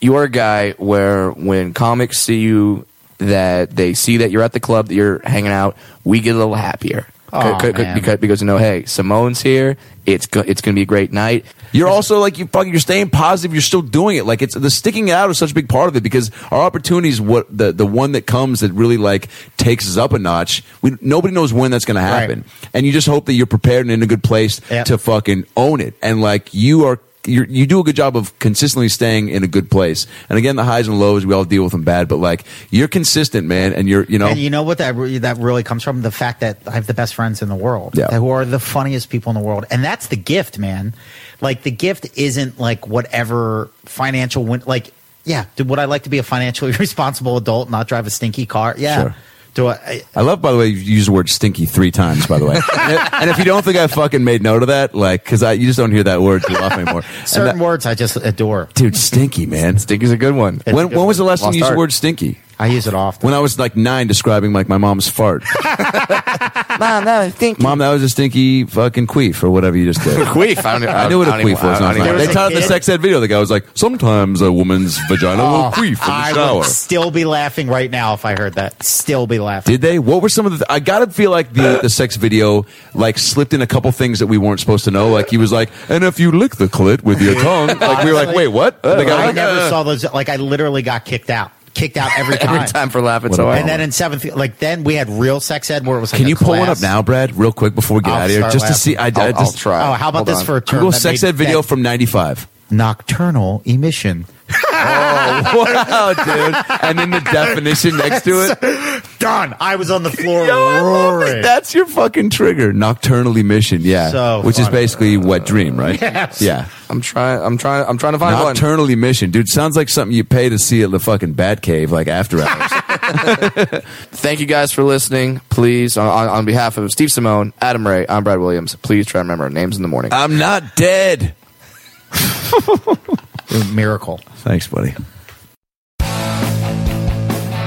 you are a guy where when comics see you, that they see that you're at the club, that you're hanging out, we get a little happier.
Aw,
C- c-
man.
because, because you know, hey, Simone's here. It's go- it's going to be a great night.
You're also like you fucking. You're staying positive. You're still doing it. Like it's the sticking it out is such a big part of it because our opportunities. What the the one that comes that really like takes us up a notch. We nobody knows when that's going to happen, and you just hope that you're prepared and in a good place
Yeah.
to fucking own it. And like you are. You're, you do a good job of consistently staying in a good place, and again, the highs and lows we all deal with them bad. But like you're consistent, man, and you're you know
And you know what that re- that really comes from the fact that I have the best friends in the world,
Yeah.
who are the funniest people in the world, and that's the gift, man. Like the gift isn't like whatever financial win- like yeah, do, would I like to be a financially responsible adult, not drive a stinky car? Yeah.
Sure.
Do I, I?
I love, by the way, you used the word stinky three times, by the way. and, if, and if you don't think I fucking made note of that, like, cause I, you just don't hear that word too often anymore. And
Certain
that-
words I just adore.
Dude, stinky, man.
Stinky's a good one.
It's a
When,
good
when was the last time
Lost
you used the
art.
word stinky?
I use it often.
When I was like nine describing like my mom's fart.
Mom, that was stinky.
Mom, that was a stinky fucking queef or whatever you just did.
Queef. I, don't,
I knew what a
don't even-
queef
I
was. Not
don't even-
they
a
taught it in the
kid-
sex ed video. The guy was like, sometimes a woman's vagina will queef in
Oh, I
the shower.
would still be laughing right now if I heard that. Still be laughing.
Did they? What were some of the? I gotta feel like the the sex video like slipped in a couple things that we weren't supposed to know. Like he was like, and if you lick the clit with your tongue, like we were like,
Honestly,
wait, what? And the guy was
I
like,
never
uh.
saw those. Like I literally got kicked out, kicked out every time.
Every time for laughing
What
so
a-
hard.
And then in seventh, like then we had real sex ed where it was. Like
Can
a
you pull one up
class.
now, Brad, real quick before we get
I'll
out of here,
start
just to
laughing.
see? I, I
I'll,
just
I'll try.
Oh, how about
Hold
this
on.
for a term?
Google
that
sex
made-
ed video
that
from '95.
nocturnal emission. Oh,
wow, dude! And then the definition next to it.
Done. I was on the floor roaring.
That's your fucking trigger. Nocturnal emission, yeah.
So
Which is
funny.
basically wet dream, right?
Yes.
Yeah.
I'm trying. I'm trying. I'm trying to find one.
Nocturnal emission, dude. Sounds like something you pay to see at the fucking Batcave, like after hours.
Thank you guys for listening. Please, on, on, on behalf of Steve Simone, Adam Ray, I'm Brad Williams. Please try to remember our names in the morning.
I'm not dead.
Miracle.
Thanks, buddy.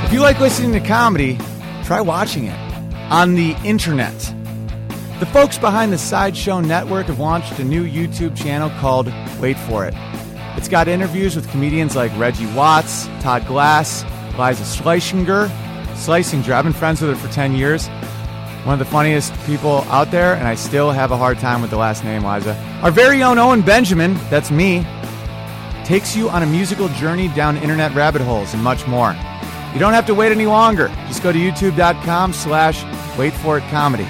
If you like listening to comedy, try watching it on the internet. The folks behind the Sideshow Network have launched a new YouTube channel called Wait For It. It's got interviews with comedians like Reggie Watts, Todd Glass, Liza Schleichinger. Schleichinger, I've been friends with her for 10 years. One of the funniest people out there, and I still have a hard time with the last name, Liza. Our very own Owen Benjamin, that's me, takes you on a musical journey down internet rabbit holes and much more. You don't have to wait any longer. Just go to youtube.com slash wait for it comedy.